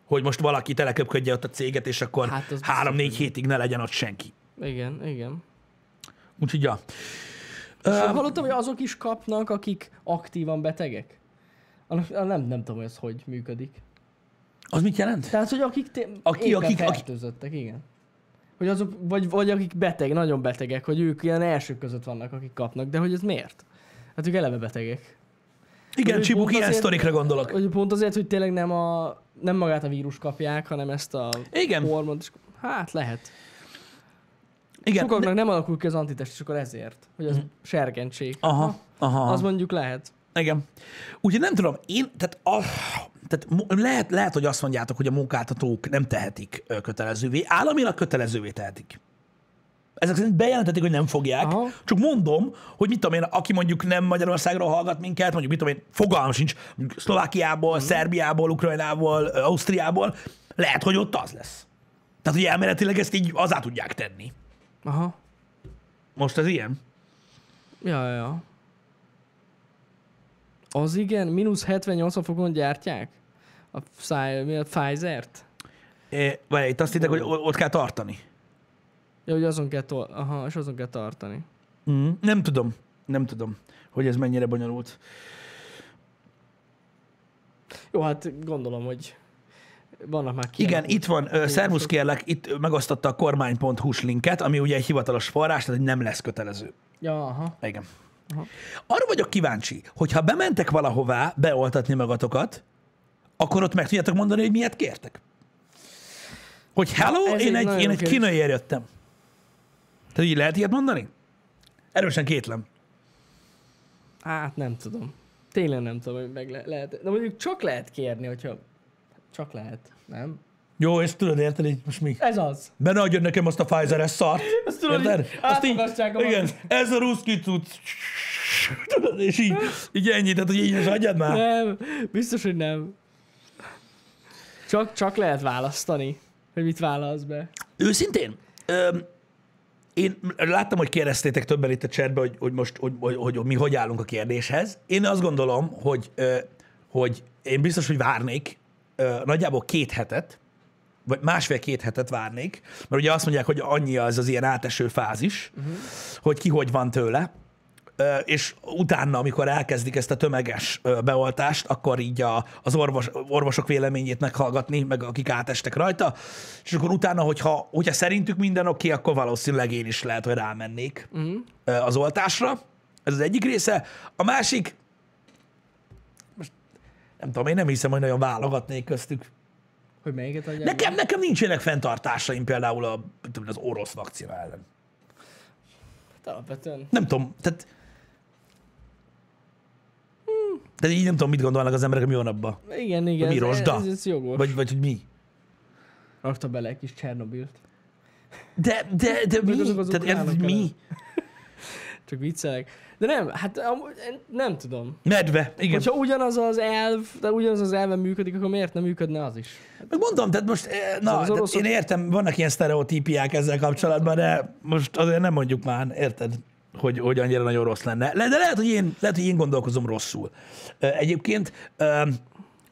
A: hogy most valaki teleköpködje ott a céget, és akkor
B: Hát, az biztos,
A: három-négy hétig ne legyen ott senki.
B: Igen, igen.
A: Úgyhogy ja.
B: És hallottam, hogy azok is kapnak, akik aktívan betegek. Annak, nem, nem tudom, hogy ez hogy működik.
A: Az mit jelent?
B: Tehát, hogy akik, té-
A: Aki-
B: éppen
A: akik- akik-
B: fertőzöttek, igen. Hogy azok, vagy, vagy akik beteg, nagyon betegek, hogy ők ilyen elsők között vannak, akik kapnak, de hogy ez miért? Hát ők eleve betegek.
A: Igen,
B: Hogy
A: Csibuk,
B: pont
A: ilyen
B: azért-
A: sztorikra gondolok.
B: Hogy pont azért, hogy tényleg nem, a, nem magát a vírus kapják, hanem ezt a
A: Igen.
B: hormont. és- Hát lehet.
A: Igen.
B: Sokaknak
A: de- Mhm.
B: nem alakul ki az antitest, és akkor ezért, hogy az serkentség.
A: Aha, aha.
B: Az mondjuk lehet.
A: Igen. Úgyhogy nem tudom, én, tehát, a, tehát mu- lehet, lehet, hogy azt mondjátok, hogy a munkáltatók nem tehetik ö, kötelezővé, államilag kötelezővé tehetik. Ezek szerint bejelentették, hogy nem fogják.
B: Aha.
A: Csak mondom, hogy mit tudom én, aki mondjuk nem Magyarországról hallgat minket, mondjuk mit tudom én, fogalmam sincs, mondjuk Szlovákiából, Szerbiából, Ukrajnából, ö, Ausztriából, lehet, hogy ott az lesz. Tehát, hogy elméletileg ezt így azá tudják tenni.
B: Aha.
A: Most ez ilyen?
B: Ja, ja, ja. Az igen, mínusz 78 fokon gyártják? A, száj, mi a Pfizer-t?
A: É, vagy itt azt hittek, hogy o- ott kell tartani.
B: Ja, hogy azon kell, tol- Aha, és azon kell tartani.
A: Mm, nem tudom, nem tudom, hogy ez mennyire bonyolult.
B: Jó, hát gondolom, hogy vannak már ki.
A: Igen, itt van, ö, szervusz kérlek, itt ö, megosztotta a kormány.hu-s linket, ami ugye egy hivatalos forrás, tehát hogy nem lesz kötelező.
B: Ja, aha.
A: Igen.
B: Aha.
A: Arra vagyok kíváncsi, hogy ha bementek valahová beoltatni magatokat, akkor ott meg tudjátok mondani, hogy miért kértek? Hogy hello,
B: ez
A: én
B: egy
A: egy,
B: nagyon
A: én egy
B: kérdés.
A: kínaiért jöttem. Tehát így lehet ilyet mondani? Erősen kétlem.
B: Hát nem tudom. Tényleg nem tudom, hogy meg le- lehet. De mondjuk csak lehet kérni, hogyha... Csak lehet, nem?
A: Jó, és tudod érteni, hogy most mi?
B: Ez az.
A: Be ne adjon nekem azt a Pfizer-es szart.
B: Azt tudod,
A: Érted?
B: így
A: Azt így-
B: átmagasztják a
A: Igen,
B: magát.
A: ez a ruszki cucc. Tudod, és így, így ennyi, tehát hogy így is adjad már.
B: Nem, biztos, hogy nem. Csak, csak lehet választani, hogy mit válasz be.
A: Őszintén, öm, én láttam, hogy kérdeztétek többen itt a chatben, hogy, hogy most hogy, hogy, hogy, hogy mi hogy állunk a kérdéshez. Én azt gondolom, hogy, ö, hogy én biztos, hogy várnék ö, nagyjából két hetet, vagy másfél-két hetet várnék, mert ugye azt mondják, hogy annyi az az ilyen áteső fázis,
B: Mhm.
A: uh-huh. hogy ki hogy van tőle, Ö, és utána, amikor elkezdik ezt a tömeges ö, beoltást, akkor így a, az orvos, orvosok véleményét meghallgatni, meg akik átestek rajta, és akkor utána, hogyha, hogyha szerintük minden oké, okay, akkor valószínűleg én is lehet, hogy rámennék uh-huh. az oltásra. Ez az egyik része. A másik, most nem tudom, én nem hiszem, hogy nagyon válogatnék köztük.
B: Hogy melyiket adják?
A: Nekem, nekem nincsenek fenntartásaim például a, mit tudom, én, az orosz vakcina ellen.
B: Hát alapvetően.
A: Nem tudom, tehát... De így nem tudom, mit gondolnak az emberek, mi van abban.
B: Igen, igen.
A: Mi
B: ez-
A: rozsda?
B: Ez, ez jogos. Vagy...
A: Vagy, vagy hogy mi.
B: Rakta bele egy kis Csernobilt.
A: De, de, de mi?
B: azok az
A: Tehát érted, hogy
B: ukránok
A: mi?
B: ellen. Csak viccelek. De nem, hát amúgy, nem tudom.
A: Medve, igen.
B: Hogyha ugyanaz az elv, de ugyanaz az elven működik, akkor miért nem működne az is?
A: Meg mondom, tehát most, eh, na,
B: Az
A: tehát
B: oroszok-
A: én értem, vannak ilyen sztereotípiák ezzel kapcsolatban, de most azért nem mondjuk már, érted, hogy, hogy annyira nagyon rossz lenne. Le- De lehet, hogy én, lehet, hogy én gondolkozom rosszul. Eh, Egyébként, eh,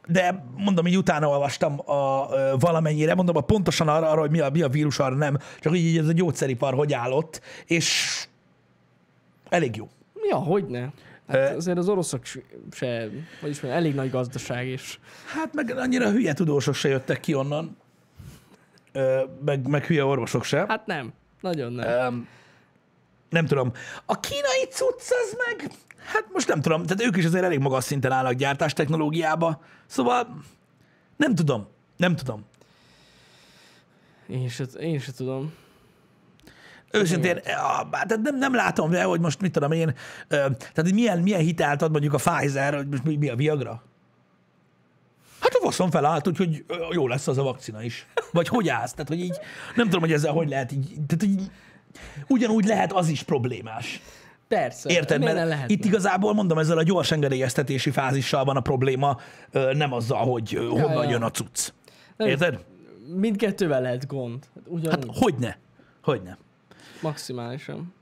A: de mondom, így utána olvastam a, ö, valamennyire, mondom, a pontosan arra, arra hogy mi a, mi a vírus, arra nem, csak így ez a gyógyszeripar hogy állott, és elég jó.
B: Ja, hogy ne? Hát
A: Ö-
B: azért az oroszok s- se, vagyis mondjam, elég nagy gazdaság is.
A: Hát meg annyira hülye tudósok se jöttek ki onnan, Ö, meg, meg hülye orvosok se.
B: Hát nem, nagyon nem.
A: Öm, nem tudom. A kínai cucc az meg, hát most nem tudom, tehát ők is azért elég magas szinten állnak gyártás technológiába, szóval nem tudom, nem tudom.
B: Én se, én se tudom.
A: Őszintén, a, tehát nem, nem látom be, hogy most mit tudom én, ö, tehát hogy milyen, milyen hitelt ad mondjuk a Pfizer, hogy most mi, mi a Viagra? Hát a faszon felállt, úgyhogy ö, jó lesz az a vakcina is. Vagy hogy állsz? Tehát, hogy így, nem tudom, hogy ezzel hogy lehet így, tehát így, ugyanúgy lehet az is problémás.
B: Persze.
A: Érted? Mert
B: miért ne
A: lehet
B: lehet?
A: itt igazából mondom, ezzel a gyors engedélyeztetési fázissal van a probléma, ö, nem azzal, hogy ja, honnan
B: ja.
A: jön a cucc.
B: Nem.
A: Érted?
B: Mindkettővel lehet gond. Hát
A: Hát
B: Ugyanúgy, hát...
A: hogyne? Hogyne. Hát-
B: maximálisan.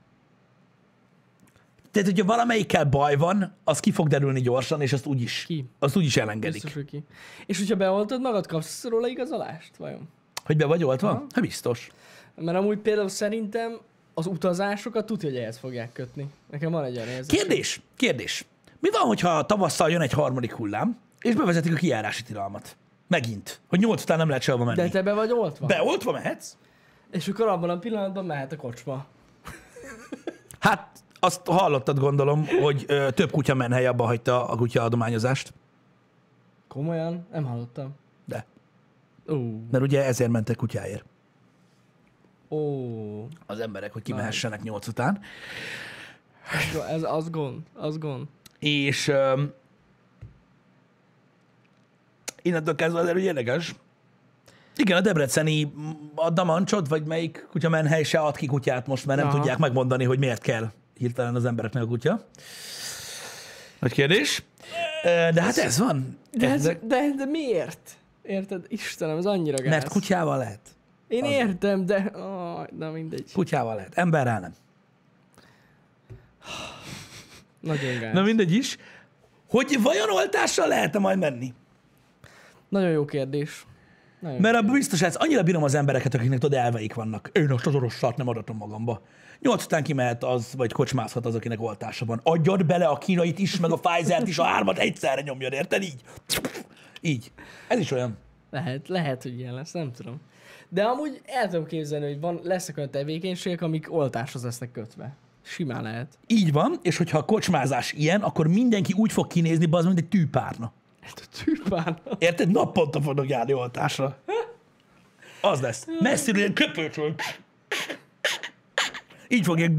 A: Tehát, hogyha valamelyikkel baj van, az ki fog derülni gyorsan, és azt úgyis,
B: Ki?
A: azt úgyis elengedik.
B: Biztos, hogy ki. És hogyha beoltod magad, kapsz róla igazolást, vajon?
A: Hogy be vagy oltva? Ha. Hát biztos.
B: Mert amúgy például szerintem az utazásokat tudja, hogy ehhez fogják kötni. Nekem van egy olyan érzés.
A: Kérdés, kérdés. Mi van, hogyha tavasszal jön egy harmadik hullám, és bevezetik a kijárási tilalmat? Megint. Hogy nyolc után nem lehet sehova menni.
B: De
A: De te...
B: te be vagy oltva.
A: Beoltva mehetsz?
B: És akkor abban a pillanatban mehet a kocsma.
A: Hát azt hallottad gondolom, hogy ö, több kutya menhely abba hagyta a kutya adományozást,
B: Komolyan? Nem hallottam.
A: de.
B: Ó.
A: Mert ugye ezért mentek kutyáért
B: Ó.
A: az emberek, hogy kimehessenek nyolc után.
B: Ez- Ez az gond. Az gond.
A: És um, innentől kezdve azért hogy érdekes. Igen, a debreceni, m, a Damancsod, vagy melyik kutyamenhely se ad ki kutyát most, mert nem
B: Aha.
A: tudják megmondani, hogy miért kell hirtelen az embereknek a kutya. Nagy kérdés. Ö, De hát ez van.
B: De, ez, de, de miért? Érted? Istenem, ez annyira gáz.
A: Mert kutyával lehet.
B: Én értem, de... Oh, na mindegy.
A: Kutyával lehet. Emberrel nem.
B: Nagyon gáz.
A: Na mindegy is. Hogy vajon oltással lehet-e majd menni?
B: Nagyon jó kérdés. Nagyon
A: Mert abban biztos ez annyira bírom az embereket, akiknek tudod, elveik vannak. Én azt az orosz szart nem adatom magamba. Nyolc után kimehet az, vagy kocsmázhat az, akinek oltása van. Adjad bele a kínait is, meg a Pfizer-t is, a hármat egyszerre nyomjad, érted? Így. Így. Ez is olyan.
B: Lehet, lehet, hogy ilyen lesz, nem tudom. De amúgy el tudom képzelni, hogy van, lesznek olyan tevékenységek, amik oltáshoz lesznek kötve. Simán lehet.
A: Így van, és hogyha a kocsmázás ilyen, akkor mindenki úgy fog kinézni, az mint egy tűpárna.
B: Hát a tűpán.
A: Érted? Naponta fognak járni oltásra. Az lesz. Messziről ilyen köpőcsön. Így fogják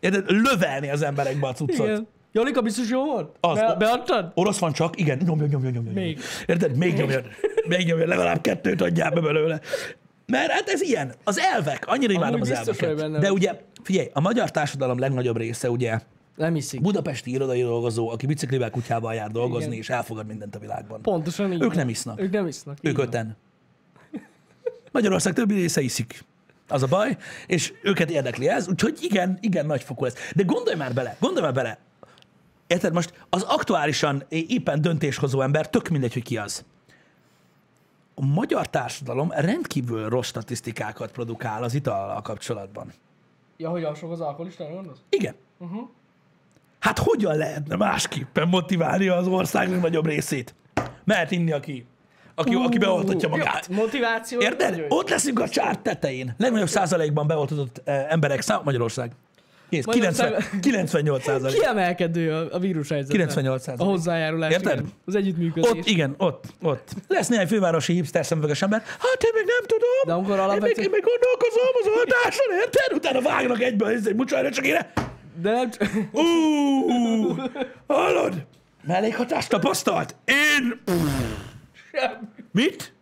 A: érted, lövelni az emberekbe a cuccot.
B: Igen. Jolika, biztos jó volt?
A: Az.
B: Be, beadtad?
A: Orosz van csak, igen, nyomja, nyomja, nyomja. nyomja.
B: Még.
A: Érted? Még nyomja. Még nyomja, legalább kettőt adjál be belőle. Mert hát ez ilyen. Az elvek, annyira imádom az
B: Amúgy biztos
A: elveket.
B: vagy benne.
A: De ugye, figyelj, a magyar társadalom legnagyobb része ugye
B: Nem hiszik.
A: budapesti irodai dolgozó, aki biciklivel, kutyával jár dolgozni,
B: Igen.
A: és elfogad mindent a világban.
B: Pontosan így.
A: Ők
B: van.
A: nem isznak.
B: Ők nem isznak. így
A: Ők
B: van.
A: öten. Magyarország többi része iszik. Az a baj, és őket érdekli ez, úgyhogy igen, igen, nagyfokú lesz. De gondolj már bele, gondolj már bele. Érted most, az aktuálisan é- éppen döntéshozó ember, tök mindegy, hogy ki az. A magyar társadalom rendkívül rossz statisztikákat produkál az itallal kapcsolatban.
B: Ja, hogy alsók az alkoholista, gondolsz?
A: Igen. Uh-huh.
B: Mhm.
A: Hát hogyan lehetne másképpen motiválni az ország legnagyobb részét? Mehet inni, aki, aki, aki beoltatja
B: Ú, jó.
A: magát.
B: Motiváció.
A: Érted?
B: nagyon jó.
A: Ott leszünk a csárt tetején. Legnagyobb százalékban beoltatott eh, emberek szám Magyarország. Nézd,
B: Magyarország-
A: 90, 98 százalék.
B: Kiemelkedő a, a vírus helyzetben.
A: 98
B: A hozzájárulás.
A: Érted?
B: igen. Az együttműködés.
A: Ott, igen, ott, ott. Lesz néhány fővárosi hipster szemüveges ember. Hát én még nem tudom.
B: De amikor
A: Én még,
B: alapvetően-
A: én még gondolkozom az oltáson, érted? Utána vágnak egyből, ez egy mucsajra, csak ére.
B: De nem...
A: Ú, hallod? Mellékhatást tapasztalt? Én...
B: Sem.
A: Mit?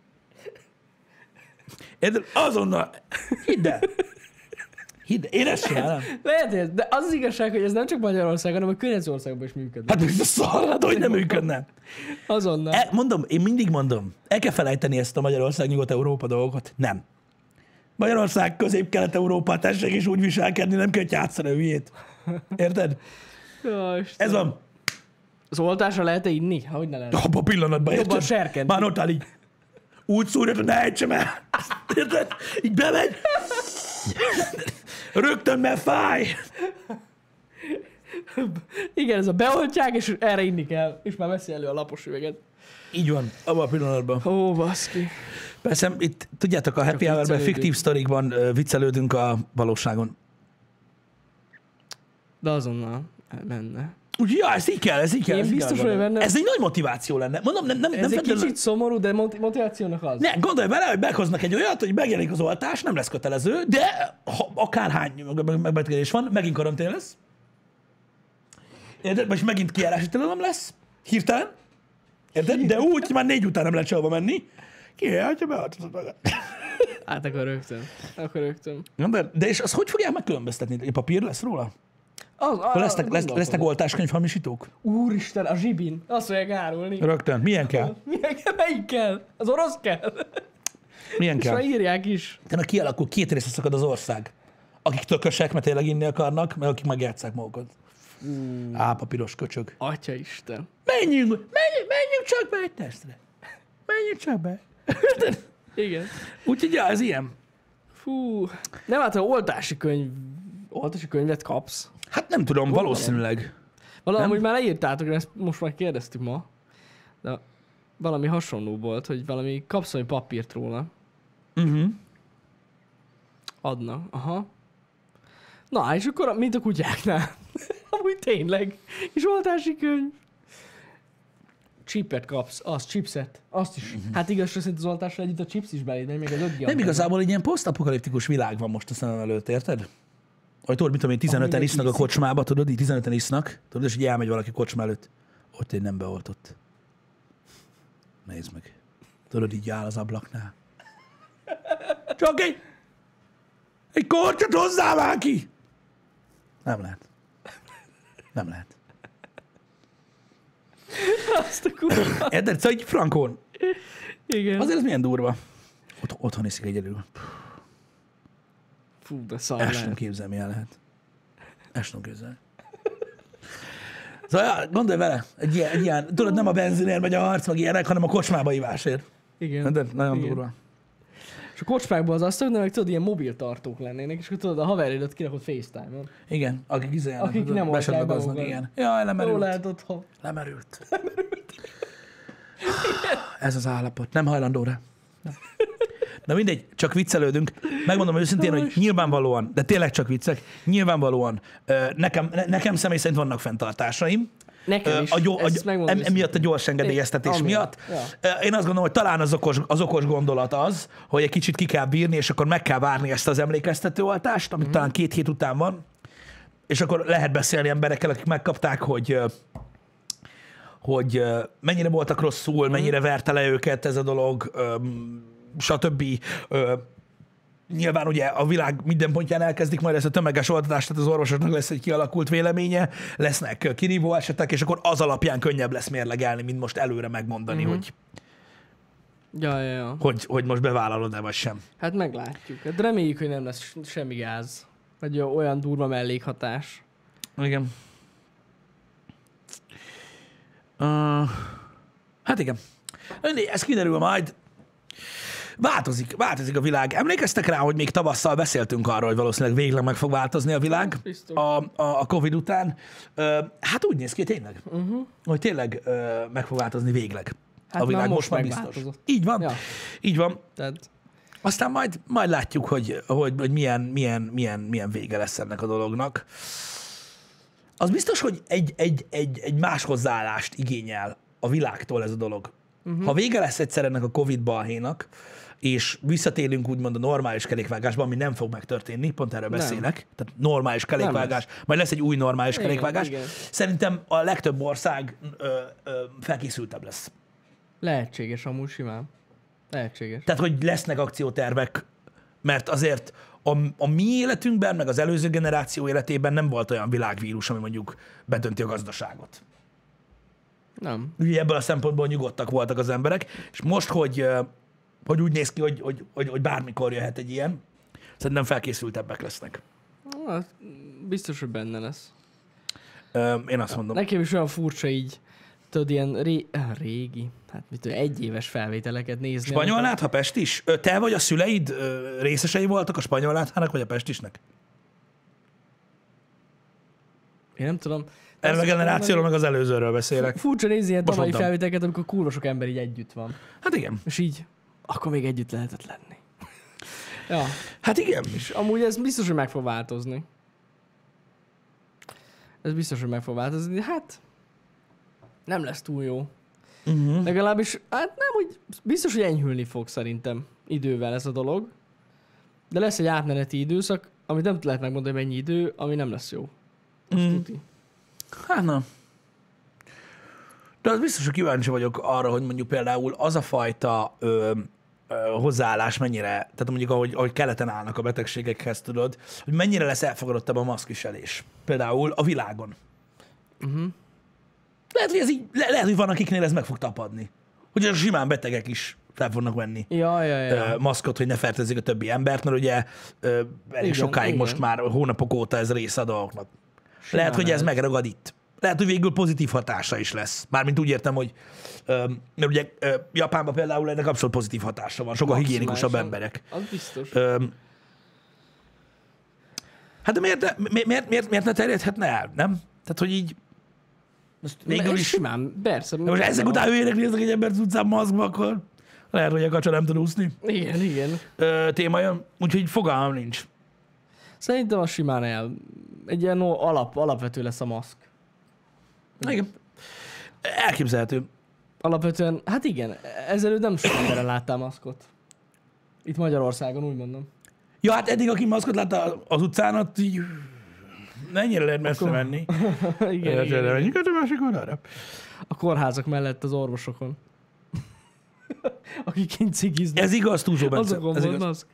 A: Érted? Azonnal. Hidd el. Hidd el. Én ezt csinálom.
B: *laughs* Lehet, hogy ez- de az, az igazság, hogy ez nem csak Magyarországon, hanem a környező országban is működik.
A: Hát biztos szarrad, hogy nem működne.
B: Azonnal.
A: E, mondom, én mindig mondom, el kell felejteni ezt a Magyarország Nyugat-Európa dolgot. Nem. Magyarország közép-kelet-európa, tessék is úgy viselkedni, nem kell hogy játszani a hülyét. Érted?
B: Jaj, Istenem.
A: Ez van.
B: Az oltásra lehet-e inni? Hogy ne lehet?
A: Abba a pillanatban,
B: Jobban
A: érted?
B: serkentni.
A: Már ott áll így. Úgy szúrja, hogy ne ejtsem el. Érted? Így bemegy. Rögtön, mert fáj.
B: Igen, ez a beoltják, és erre inni kell. És már veszi elő a lapos üveget.
A: Így van, abban a pillanatban.
B: Ó, baszki.
A: Persze, itt tudjátok, a Happy Hour-ben
B: viccelődünk.
A: fiktív sztorikban ö, viccelődünk a valóságon.
B: De azonnal menne.
A: Úgyhogy ja, ez így kell, ez így kell.
B: Én
A: ez így
B: biztos
A: kell
B: vagyok benne.
A: Ez egy nagy motiváció lenne. Mondom, nem, nem,
B: Ez
A: nem
B: egy
A: feltétlenül-
B: kicsit szomorú, de mot- motivációnak az.
A: Ne, gondolj bele, hogy meghoznak egy olyat, hogy megjelenik az oltás, nem lesz kötelező, de ha akárhány meg- meg- megbetegedés van, megint karantén lesz. Érted? Vagy megint kijárási tilalom lesz. Hirtelen. Érted? De úgy, hogy már négy után nem lehet sehova menni. Kijöjjön, hogyha beoltatod magad.
B: Hát akkor rögtön. Akkor rögtön.
A: Gondolj, De és az hogy fogják megkülönböztetni? Papír lesz róla?
B: Az, a,
A: Lesznek, lesz,
B: gondolkodom.
A: lesznek oltáskönyvhamisítók?
B: Úristen, a zsibin. Azt fogják árulni.
A: Rögtön. Milyen kell?
B: Milyen kell? Melyik kell? Az orosz kell?
A: Milyen
B: És már
A: kell?
B: írják is.
A: Utána kialakul, két részre szakad az ország. Akik tökösek, mert tényleg inni akarnak, meg akik megjátszák magukat. Á, papíros köcsög.
B: Atya Isten.
A: Menjünk, menjünk, menjünk csak be egy testre. Menjünk csak be.
B: Igen.
A: Úgyhogy ja, ez ilyen.
B: Fú. Nem, hát ha oltási könyv, oltási könyvet kapsz,
A: Hát nem tudom, valószínűleg.
B: Valami, amúgy már leírtátok, de ezt most már kérdeztük ma. De valami
A: Mhm.
B: hasonló volt, hogy valami kapsz valami papírt róla.
A: Uh-huh.
B: Adna, aha. Na, és akkor, a- mint a kutyáknál. *laughs* Amúgy tényleg. És oltási könyv. Chipet kapsz, az chipset, azt is. Hát igazság szerint az oltással együtt a chips is beléd, megy, még az ötgyal.
A: Mhm. Nem igazából egy ilyen posztapokaliptikus világ van most a szemem előtt, érted? Hogy tudod, mit tudom én, 15-en
B: mindenki
A: isznak a
B: iszik.
A: kocsmába, tudod, így 15-en isznak, tudod, és így elmegy valaki kocsma előtt. Ott egy nem beoltott. Nézd meg. Tudod, így áll az ablaknál. Csak egy... Egy kortyot hozzá már ki! Nem lehet. Nem lehet.
B: Azt a kurva.
A: Érted? Szóval egy frankón.
B: Igen.
A: Azért ez milyen durva. Ott, otthon iszik egyedül.
B: Fú, de szar
A: El sem
B: lehet.
A: tudom képzelni, milyen lehet. El sem tudom képzelni. Szóval ja, gondolj vele, egy ilyen, egy ilyen, tudod, nem a benzinért megy a harc, meg ilyenek, hanem a kocsmába ivásért.
B: Igen.
A: De nagyon
B: Igen.
A: durva.
B: És a kocsmákban az asztalok, de meg tudod, ilyen mobil tartók lennének, és akkor tudod, a haverjédet kirakod FaceTime-on.
A: Igen, akik izé- izélnek,
B: Akik nem oltják
A: besatlakoznak,
B: magukat.
A: igen. Jaj,
B: Jól
A: lemerült.
B: lehet otthon.
A: Lemerült. Ez az állapot. Nem hajlandó rá. Nem. Na mindegy, csak viccelődünk. Megmondom őszintén, hogy nyilvánvalóan, de tényleg csak viccek, nyilvánvalóan ö, nekem, ne- nekem személy szerint vannak fenntartásaim,
B: Nekem
A: Ö,
B: is.
A: a gyó, a,
B: Ezt
A: em,
B: megmondom őszintén.
A: emiatt a gyors engedélyeztetés
B: Amiatt,
A: miatt. Ö, Én azt gondolom, hogy talán az okos, az okos gondolat az, hogy egy kicsit ki kell bírni, és akkor meg kell várni ezt az emlékeztetőoltást, amit talán két hét után van, és akkor lehet beszélni emberekkel, akik megkapták, hogy ö, hogy ö, mennyire voltak rosszul, mennyire verte le őket ez a dolog, ö, stb. Ö, Nyilván ugye a világ minden pontján elkezdik majd ezt a tömeges oltatást, tehát az orvosoknak lesz egy kialakult véleménye, lesznek ö, kirívó esetek, és akkor az alapján könnyebb lesz mérlegelni, mint most előre megmondani, hogy,
B: Ja, ja, ja.
A: hogy, hogy most bevállalod-e vagy sem.
B: Hát meglátjuk. Hát reméljük, hogy nem lesz s- semmi gáz. Vagy o- olyan durva mellékhatás.
A: Igen. Uh, hát igen. Mindegy, Ez kiderül majd. Változik, változik a világ. Emlékeztek rá, hogy még tavasszal beszéltünk arról, hogy valószínűleg végleg meg fog változni a világ
B: Biztos.
A: a, a, a Covid után. Ö, Hát úgy néz ki, tényleg. Uh-huh. Hogy tényleg ö, meg fog változni végleg.
B: Mhm. Hát
A: a világ
B: már most
A: most már biztos.
B: megváltozott.
A: Így van.
B: Ja.
A: Így van.
B: Tehát
A: Aztán majd, majd látjuk, hogy, hogy, hogy milyen, milyen, milyen, milyen vége lesz ennek a dolognak. Az biztos, hogy egy, egy, egy, egy más hozzáállást igényel a világtól ez a dolog.
B: Mhm.
A: Uh-huh. Ha vége lesz egyszer ennek a Covid balhénak, és visszatérünk úgymond a normális kerékvágásba, ami nem fog megtörténni, pont erről
B: Nem.
A: beszélek, tehát normális kerékvágás, majd lesz egy új normális
B: Igen,
A: kerékvágás.
B: igen.
A: Szerintem a legtöbb ország ö, ö, felkészültebb lesz.
B: lehetséges amúgy simán. Lehetséges.
A: Tehát, hogy lesznek akciótervek, mert azért a, a mi életünkben, meg az előző generáció életében nem volt olyan világvírus, ami mondjuk bedönti a gazdaságot.
B: Nem.
A: Ugye ebből a szempontból nyugodtak voltak az emberek, és most, hogy, ö, hogy úgy néz ki, hogy, hogy, hogy, hogy bármikor jöhet egy ilyen, szerintem felkészültebbek lesznek.
B: Hát, biztos, hogy benne lesz.
A: Ö, Én azt mondom.
B: Nekem is olyan furcsa így, tudod, ilyen ré... ah, régi, hát mit tudom, egyéves felvételeket nézni.
A: Spanyol
B: amikor-
A: látha Pest is? Ö, Te vagy a szüleid ö, részesei voltak a spanyol láthának, vagy a Pestisnek?
B: Én nem tudom.
A: Erről a
B: Azt-
A: generációról, meg az előzőről beszélek.
B: Furcsa nézni ilyen
A: Most
B: tavalyi
A: mondtam.
B: felvételeket, amikor kurva sok ember így együtt van.
A: Hát igen.
B: És így, akkor még együtt lehetett
A: *laughs*
B: lenni. ja,
A: Hát igen.
B: és amúgy ez biztos, hogy meg fog változni. Ez biztos, hogy meg fog változni. Hát, nem lesz túl jó.
A: Uh-huh.
B: Legalábbis, hát nem úgy, biztos, hogy enyhülni fog szerintem idővel ez a dolog. De lesz egy átmeneti időszak, amit nem lehet megmondani, hogy mennyi idő, ami nem lesz jó.
A: Mm.
B: Tuti.
A: Hát nem. De az biztos, hogy kíváncsi vagyok arra, hogy mondjuk például az a fajta ö, ö, hozzáállás mennyire, tehát mondjuk ahogy, ahogy keleten állnak a betegségekhez, tudod, hogy mennyire lesz elfogadottabb a maszkviselés. Például a világon.
B: Uh-huh.
A: Lehet, hogy, ez így, le, lehet, hogy van, akiknél ez meg fog tapadni. Hogy a simán betegek is fel fognak venni
B: Ja, ja, ja.
A: ö, maszkot, hogy ne fertőzzék a többi embert, mert ugye ö, elég
B: Igen,
A: sokáig
B: igen.
A: most már hónapok óta ez része a dolgoknak.
B: Simán
A: Lehet, hogy ez
B: lehet.
A: megragad itt. Lehet, hogy végül pozitív hatása is lesz. Mármint úgy értem, hogy ö, mert ugye ö, Japánban például ennek abszolút pozitív hatása van. Sokkal
B: Maximálisan.
A: higiénikusabb emberek.
B: Az biztos.
A: Ö, hát de miért, ne- mi- miért, miért, miért ne terjedhetne el, nem? Tehát, hogy így most végül
B: Ez
A: is...
B: Simán, persze.
A: De most ezek után hülyének néznek egy embert az utcán maszkba, akkor lehet, hogy a kacsa nem tud úszni
B: Igen, igen.
A: ö, téma jön. Úgyhogy fogalmam nincs.
B: Szerintem a simán el. Egy ilyen o- alap, alapvető lesz a maszk.
A: Na, igen. Elképzelhető.
B: Alapvetően, hát igen, ezelőtt nem sok emberre láttam maszkot. Itt Magyarországon, úgy mondom. *laughs*
A: Ja, hát eddig, aki maszkot látta az utcán, ott így mennyire lehet messze Akkor... *laughs* menni.
B: igen,
A: Lehet,
B: igen,
A: hogy
B: igen.
A: Menjünk át a másik oldalra.
B: A kórházak mellett az orvosokon. *laughs* Akik kint cigiznek.
A: Ez igaz, túlzó Bence.
B: Azokon
A: Ez
B: van
A: igaz.
B: maszk.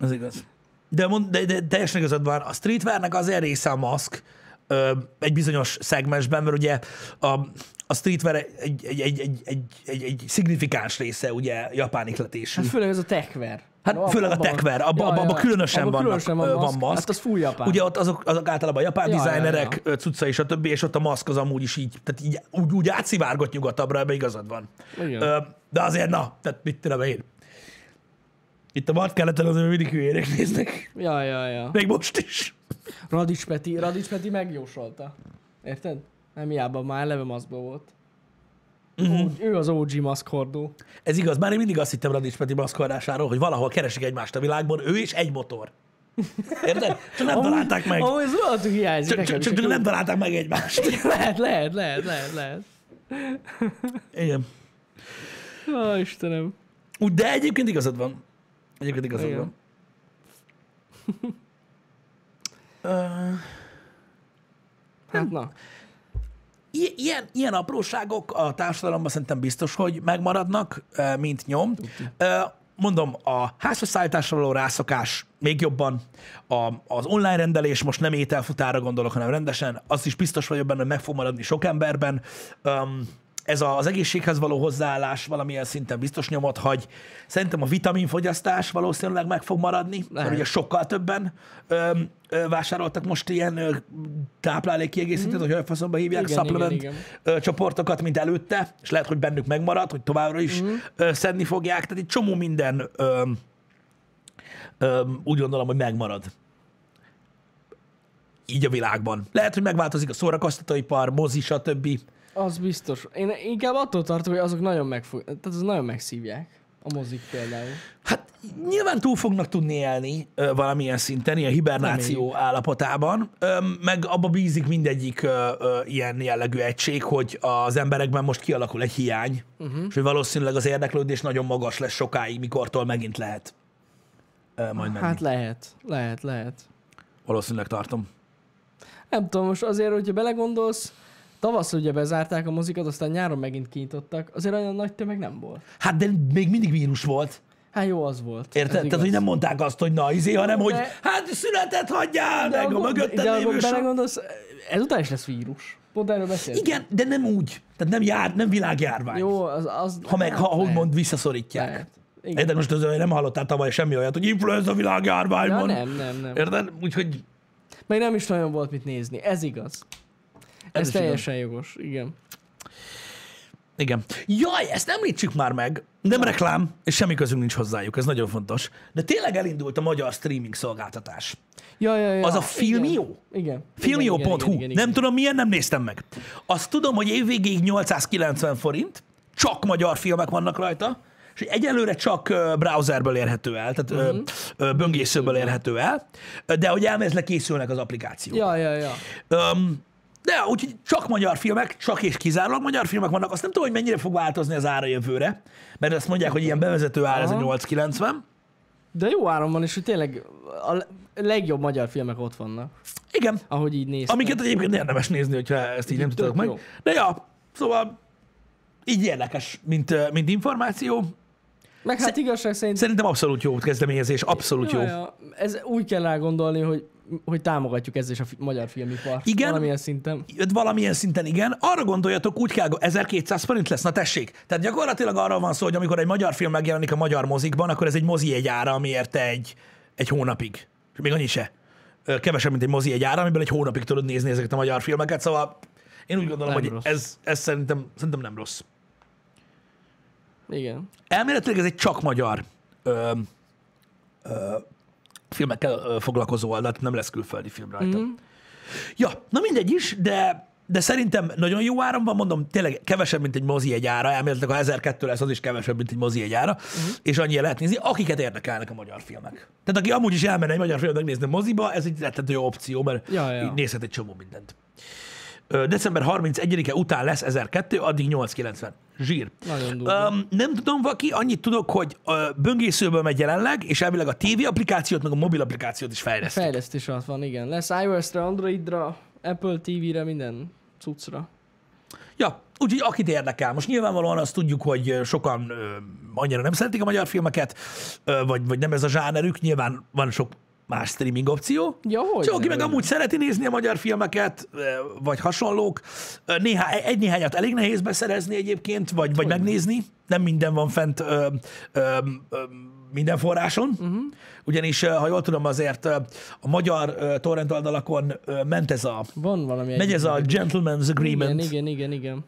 A: Ez igaz. De, mond, de, de teljesen igazad van, a streetwearnek azért része a maszk ö, egy bizonyos szegmensben, mert ugye a, a streetwear egy, egy, egy, egy, egy, egy, egy szignifikáns része ugye japán ihletésű.
B: Hát főleg ez a techver.
A: Hát főleg a
B: abban-
A: techver, abban- abban- abban különösen vannak, ö, van maszk.
B: Hát az full japán.
A: Ugye ott azok, azok általában japán
B: Ja,
A: ja,
B: ja,
A: dizájnerek, ja, ja. cuccai, stb., és ott a maszk az amúgy is így, tehát így, úgy, úgy átszivárgott nyugatabbra, ebben igazad van.
B: Igen.
A: Ö, de azért, na, tehát mit tudom én. Itt a vad keleten azért mindig hülyének néznek.
B: Ja, ja, ja.
A: Még most is.
B: Radics Peti, Radics Peti megjósolta. Érted? Nem hiába, már eleve maszkba volt.
A: Mhm.
B: Uh-huh. Ő az OG maszkhordó.
A: Ez igaz, már én mindig azt hittem Radics Peti maszkolásáról, hogy valahol keresik egymást a világban, ő és egy motor. Érted? Csak nem találták meg.
B: Amúgy ez rohadtul hiányzik
A: Csak,
B: nekem
A: csak,
B: is,
A: csak
B: hogy
A: nem találták meg egymást.
B: Lehet, lehet, lehet, lehet, lehet.
A: Igen.
B: Ó, Istenem.
A: Úgy, de egyébként igazad van. Egyébként igazad
B: Igen.
A: van. Ö,
B: Hát na.
A: i- ilyen, ilyen apróságok a társadalomban szerintem biztos, hogy megmaradnak, ö, mint nyom. Ö, Mondom, a házhozszállításra való rászokás még jobban, a, az online rendelés, most nem ételfutára gondolok, hanem rendesen, az is biztos vagyok benne, hogy meg fog maradni sok emberben. Öm, ez a- az egészséghez való hozzáállás valamilyen szinten biztos nyomot hagy. Szerintem a vitaminfogyasztás valószínűleg meg fog maradni, Lehet.
B: Lehet.
A: mert ugye sokkal többen öm, ö, vásároltak most ilyen ö, táplálékkiegészítőt, mm-hmm. hogy olyan faszomba hívják,
B: Igen, igen,
A: supplement
B: igen.
A: ö, csoportokat, mint előtte, és lehet, hogy bennük megmarad, hogy továbbra
B: Mhm.
A: is mm. szedni fogják. Tehát egy csomó minden ö, ö, úgy gondolom, hogy megmarad így a világban. Lehet, hogy megváltozik a szórakoztatóipar, mozi, stb.
B: Az biztos. Én inkább attól tartom, hogy azok nagyon megfog... Tehát az nagyon megszívják. A mozik például.
A: Hát nyilván túl fognak tudni élni ö, valamilyen szinten, ilyen hibernáció állapotában, ö, meg abba bízik mindegyik ö, ö, ilyen jellegű egység, hogy az emberekben most kialakul egy hiány,
B: Mhm.
A: uh-huh. és hogy valószínűleg az érdeklődés nagyon magas lesz sokáig, mikortól megint lehet ö, majd menni.
B: Hát
A: Hát,
B: lehet, lehet, lehet.
A: valószínűleg tartom.
B: Nem tudom, most azért, hogyha belegondolsz, tavasz ugye bezárták a mozikat, aztán nyáron megint kinyitottak, azért olyan nagy tömeg nem volt.
A: Hát de még mindig vírus volt,
B: Hát jó, az volt. Ez
A: érted? Tehát,
B: igaz.
A: hogy nem mondták azt, hogy na, izé, hanem, hogy
B: De-
A: hát szünetet hagyjál,
B: De
A: meg a
B: akkor- de
A: mögötted
B: akkor
A: lévő sok
B: belegondolsz, ezután is lesz vírus. Pont erről beszéltünk.
A: Igen, de nem úgy. Tehát nem jár, nem világjárvány.
B: Jó, az... az
A: ha meg, ha
B: lehet,
A: úgymond visszaszorítják.
B: lehet. Igen.
A: Érted, most az, nem hallottál tavaly semmi olyat, hogy influenza világjárvány
B: Ja,
A: van.
B: nem, nem, nem.
A: Érted? Úgyhogy
B: Meg nem is nagyon volt mit nézni. Ez igaz. Ez,
A: is
B: teljesen jogos. Igen.
A: igen. Jaj, ezt említsük már meg. Nem reklám, és semmi közünk nincs hozzájuk, ez nagyon fontos. De tényleg elindult a magyar streaming szolgáltatás.
B: Ja, ja, ja.
A: Az a
B: igen.
A: Filmio?
B: Igen. Igen, igen,
A: Filmio.hu.
B: igen, igen.
A: Nem tudom milyen, nem néztem meg. Azt tudom, hogy évvégéig 890 forint, csak magyar filmek vannak rajta, és egyelőre csak ö, browserből érhető el, tehát
B: Mhm.
A: uh-huh. böngészőből érhető el, de hogy elmézle készülnek az applikációk.
B: Ja, ja, ja.
A: Öm, de úgyhogy csak magyar filmek, csak és kizárólag magyar filmek vannak. Azt nem tudom, hogy mennyire fog változni az ára jövőre, mert azt mondják, hogy ilyen bevezető ár ez a
B: Aha.
A: 890.
B: De jó áron van, és hogy tényleg a le- legjobb magyar filmek ott vannak.
A: Igen,
B: Ahogy így néztem.
A: amiket egyébként érdemes nézni, hogyha ezt így nem
B: Tök
A: tudok meg.
B: jó.
A: De ja, szóval így érdekes, mint, ö, mint információ.
B: Meg hát igazság szerint
A: Szerintem abszolút jó kezdeményezés, abszolút jó.
B: Ja, ja. Ez úgy kell rá gondolni, hogy, hogy támogatjuk ezzel is a fi- magyar filmipart.
A: Igen.
B: Valamilyen szinten.
A: Öt valamilyen szinten igen. Arra gondoljatok, úgy kell, 1200 forint lesz, na tessék. Tehát gyakorlatilag arról van szó, hogy amikor egy magyar film megjelenik a magyar mozikban, akkor ez egy mozi egy ára, ami érte egy, egy hónapig. És Még annyi se. Ö, Kevesebb, mint egy mozi egy ára, amiből egy hónapig tudod nézni ezeket a magyar filmeket, szóval én úgy gondolom,
B: Nem
A: hogy
B: rossz.
A: ez, ez szerintem, szerintem nem rossz.
B: Igen.
A: Elméletileg ez egy csak magyar ö, ö,
B: Mhm.
A: filmekkel ö, foglalkozó oldal, nem lesz külföldi film rajta. Mm. Ja, na mindegy is, de, de szerintem nagyon jó áron van, mondom, tényleg kevesebb, mint egy mozi egy ára, elméletileg ha 1002 lesz, az is kevesebb, mint egy mozi egy ára,
B: Mhm.
A: uh-huh. és annyira lehet nézni, akiket érdekelnek a magyar filmek. Tehát aki amúgy is elmenne egy magyar filmet megnézni a moziba, ez egy rettentő jó opció, mert
B: Ja, ja.
A: így nézhet egy csomó mindent. Ö, December 31-e után lesz 1002, addig 890. Zsír.
B: Nagyon durva.
A: Um, nem tudom, valaki, annyit tudok, hogy ö, böngészőből megy jelenleg, és elvileg a TV applikációt, meg a mobil applikációt is fejlesztik.
B: Fejlesztés alatt van, igen. Lesz iOS-re, Androidra, Apple TV-re, minden cuccra.
A: Ja, úgyhogy akit érdekel. Most nyilvánvalóan azt tudjuk, hogy ö, sokan ö, annyira nem szeretik a magyar filmeket, ö, vagy, vagy nem ez a zsánerük, nyilván van sok más streaming opció.
B: Ja, hogy
A: Csak aki
B: ne,
A: meg
B: hogy
A: amúgy szereti nézni a magyar filmeket, ö, vagy hasonlók, ö, néhá, e-, egy néhányat elég nehéz beszerezni egyébként, vagy, vagy megnézni. Nem minden van fent ö, ö, ö, minden forráson.
B: Mhm.
A: Uh-huh. Ugyanis, ö, ha jól tudom, azért ö, a magyar ö, torrent oldalakon ö, ment ez a,
B: Van valami
A: megy ez a Gentleman's Agreement.
B: Igen, igen, igen, igen.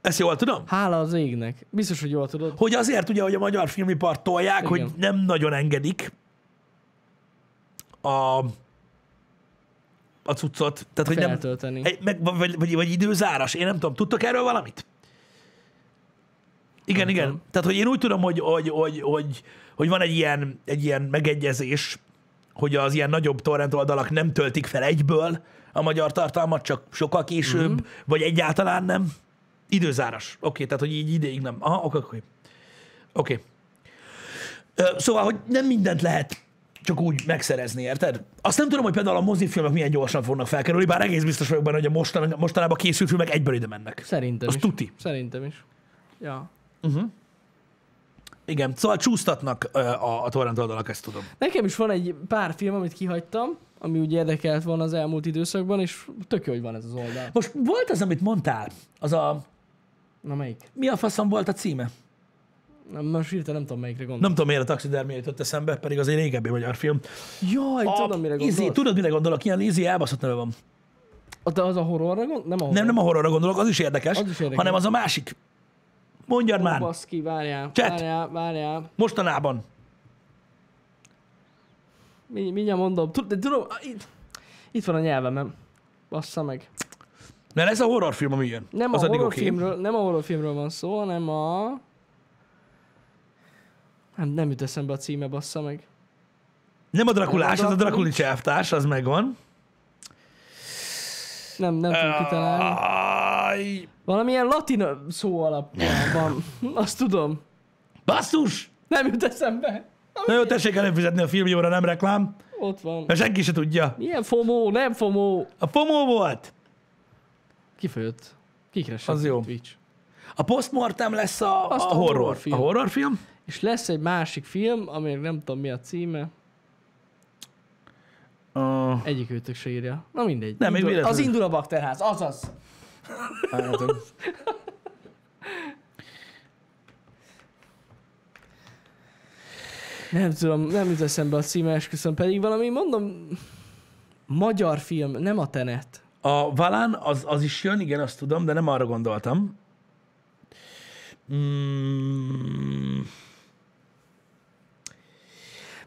A: Ezt jól tudom?
B: Hála az égnek. Biztos, hogy jól tudod.
A: hogy azért ugye, hogy a magyar filmipart tolják, Igen. hogy nem nagyon engedik a, a cuccot. Tehát, hogy nem,
B: Feltölteni.
A: egy- meg, vagy, vagy, vagy időzáras, én nem tudom. Tudtok erről valamit? Igen, igen.
B: tudom.
A: Tehát, hogy én úgy tudom, hogy, hogy, hogy, hogy, hogy van egy ilyen, egy ilyen megegyezés, hogy az ilyen nagyobb torrent oldalak nem töltik fel egyből a magyar tartalmat, csak sokkal később, mm-hmm. vagy egyáltalán nem. Időzáras. Oké, okay, tehát, hogy így ideig nem. Aha, oké, oké. Oké. Ö, Szóval, hogy nem mindent lehet csak úgy megszerezni, érted? Azt nem tudom, hogy például a mozifilmek milyen gyorsan fognak felkerülni, bár egész biztos vagyok benne, hogy a mostan, mostanában készült filmek egyből ide mennek.
B: Szerintem
A: Az
B: is.
A: tuti.
B: Szerintem is. Ja.
A: Igen, szóval csúsztatnak ö, a, a torrent oldalak, ezt tudom.
B: Nekem is van egy pár film, amit kihagytam, ami úgy érdekelt volna az elmúlt időszakban, és tök jó, hogy van ez az oldal.
A: Most volt az, amit mondtál, az a...
B: Na melyik?
A: Mi a faszom volt a címe?
B: Na, most hirtelen nem tudom melyikre
A: Nem
B: gondolok.
A: tudom, miért a taxidermia jutott eszembe, pedig az egy régebbi magyar film.
B: Jaj, tudom mire gondolok.
A: Izé, tudod, mire gondolok? Ilyen ízi elbaszott neve van.
B: A- De az a horrorra gondolok? Nem a horror.
A: Nem, nem a horrorra gondolok, az is érdekes,
B: Az is érdekes.
A: hanem az a másik. Mondjad
B: Ó,
A: már,
B: Baszki, várjál,
A: Chat.
B: várjál, várjál.
A: mostanában.
B: Mi, mindjárt mondom. Tud, de tudom, á, itt, itt van a nyelvemem. Bassza meg.
A: Mert ez a horrorfilm, ami jön.
B: Nem
A: az
B: a
A: addig oké.
B: horrorfilmről, nem a horrorfilmről van szó, hanem a... Nem, nem jut eszembe a címe, bassza meg.
A: Nem a Drakulás,
B: Nem a
A: az a
B: Drakulics.
A: Drakulics elvtárs, az megvan.
B: Nem, nem tudom
A: Ah.
B: kitalálni.
A: Aj,
B: Valamilyen latin szó
A: *laughs*
B: alapjában. Azt tudom.
A: Basszus!
B: Nem jut eszembe.
A: Na jó, tessék előfizetni a filmjóra, nem reklám,
B: Ott van.
A: mert senki se tudja.
B: Milyen fomó, nem fomó.
A: A FOMO volt.
B: Kifőtt. Kikresett
A: Az jó.
B: Twitch.
A: A Postmortem lesz a, a
B: Azt a
A: horror.
B: horrorfilm.
A: A horrorfilm?
B: És lesz egy másik film, aminek nem tudom mi a címe.
A: Uh,
B: Egyik őtök se írja. Na mindegy.
A: Nem, én
B: indul,
A: véletlenül-
B: az indul a bakterház, azaz. Nem tudom, nem jut eszembe a címe, esküszöm pedig valami, mondom, magyar film, nem a tenet.
A: a Valán az, az is jön, igen, azt tudom, de nem arra gondoltam. Mm,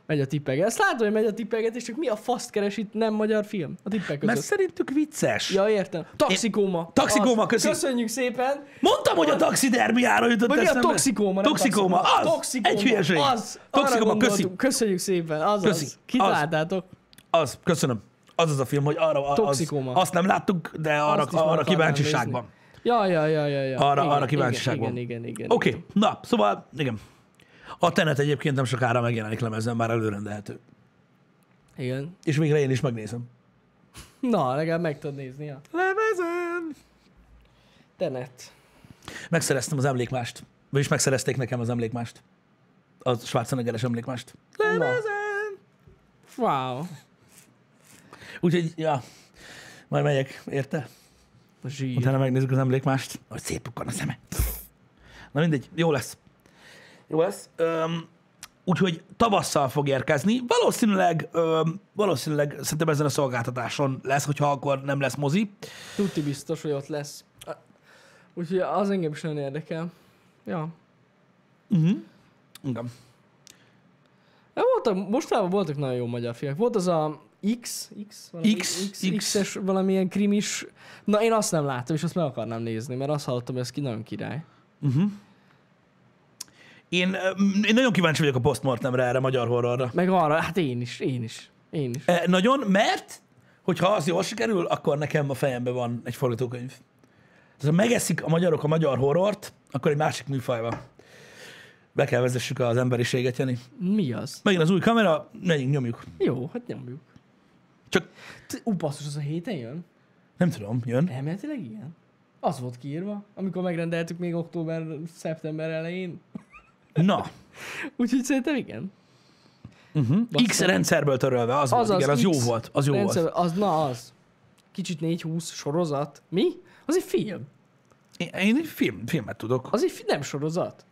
B: Megy a tippeget. Ezt látom, hogy megy a tippeget, és csak mi a faszt keres itt nem magyar film? A tippek között.
A: mert szerintük vicces.
B: Ja, értem. Taxikóma.
A: Taxikóma,
B: Az.
A: köszi.
B: Köszönjük szépen.
A: Mondtam, hogy a taxidermiára jutott
B: Vagy mi a
A: eszembe.
B: toxikóma? nem
A: Toxikóma, az!
B: Toxikóma,
A: Egy hülyeség.
B: Az.
A: Toxikóma,
B: Arra
A: köszi.
B: gondoltunk. Köszönjük szépen. Az
A: Köszi.
B: az. Kitaláltátok.
A: Az, köszönöm. Az az a film, hogy arra az,
B: Toxikóma.
A: azt nem láttuk, de arra,
B: Azt is meg
A: arra
B: akarnám
A: kíváncsiságban.
B: nézni. Ja, ja, ja, ja, ja.
A: Arra- arra kíváncsiságban.
B: Igen, igen, igen.
A: Oké, okay. na, szóval igen. A Tenet egyébként nem sokára megjelenik lemezen, már előrendelhető.
B: igen. igen.
A: És végre én is megnézem.
B: Na, legalább meg tudod nézni. Ja.
A: Lemezen!
B: Tenet.
A: Megszereztem az emlékmást. Vagyis megszerezték nekem az emlékmást. A Schwarzeneggeres emlékmást. Lemezen!
B: Wow.
A: Úgyhogy, ja, majd megyek, érte?
B: Zsír.
A: Utána megnézzük az emlékmást. Hogy szétbukkan a szeme. Na mindegy, jó lesz. Jó lesz. Öm, úgyhogy tavasszal fog érkezni. Valószínűleg, öm, valószínűleg szerintem ezen a szolgáltatáson lesz, hogyha akkor nem lesz mozi.
B: Tuti biztos, hogy ott lesz. Úgyhogy az engem is nagyon érdekel. Ja.
A: Uh-huh. Igen.
B: Ja, Voltak, mostában voltak nagyon jó magyar fiak. Volt az a X, X, valami
A: X,
B: X,
A: X.
B: X-es valamilyen krimis. Na én azt nem láttam, és azt meg akarnám nézni, mert azt hallottam, hogy ez ki nagyon király.
A: Én, öm, én nagyon kíváncsi vagyok a postmortemre erre, magyar horrorra.
B: Meg arra, hát én is, én is, én is.
A: E, nagyon, mert hogyha az jól sikerül, akkor nekem a fejemben van egy forgatókönyv. Tehát ha megeszik a magyarok a magyar horrort, akkor egy másik műfajba be kell vezessük az emberiséget, Jani.
B: Mi az?
A: Megint az új kamera, megyünk, nyomjuk.
B: Jó, hát nyomjuk.
A: Csak
B: T- Ú, basszus, az a héten jön?
A: nem tudom, jön.
B: Elméletileg ilyen? Az volt kiírva, amikor megrendeltük még október, szeptember elején.
A: Na,
B: Úgyhogy szerintem igen.
A: uh-huh. X rendszerből törölve, az, az
B: Azaz,
A: volt, igen, az
B: X
A: jó volt, az jó
B: Rendszer,
A: volt.
B: az, na az. Kicsit 4-20 sorozat. Mi? Az egy film.
A: Én, én film, filmet tudok.
B: Az egy fi- nem sorozat.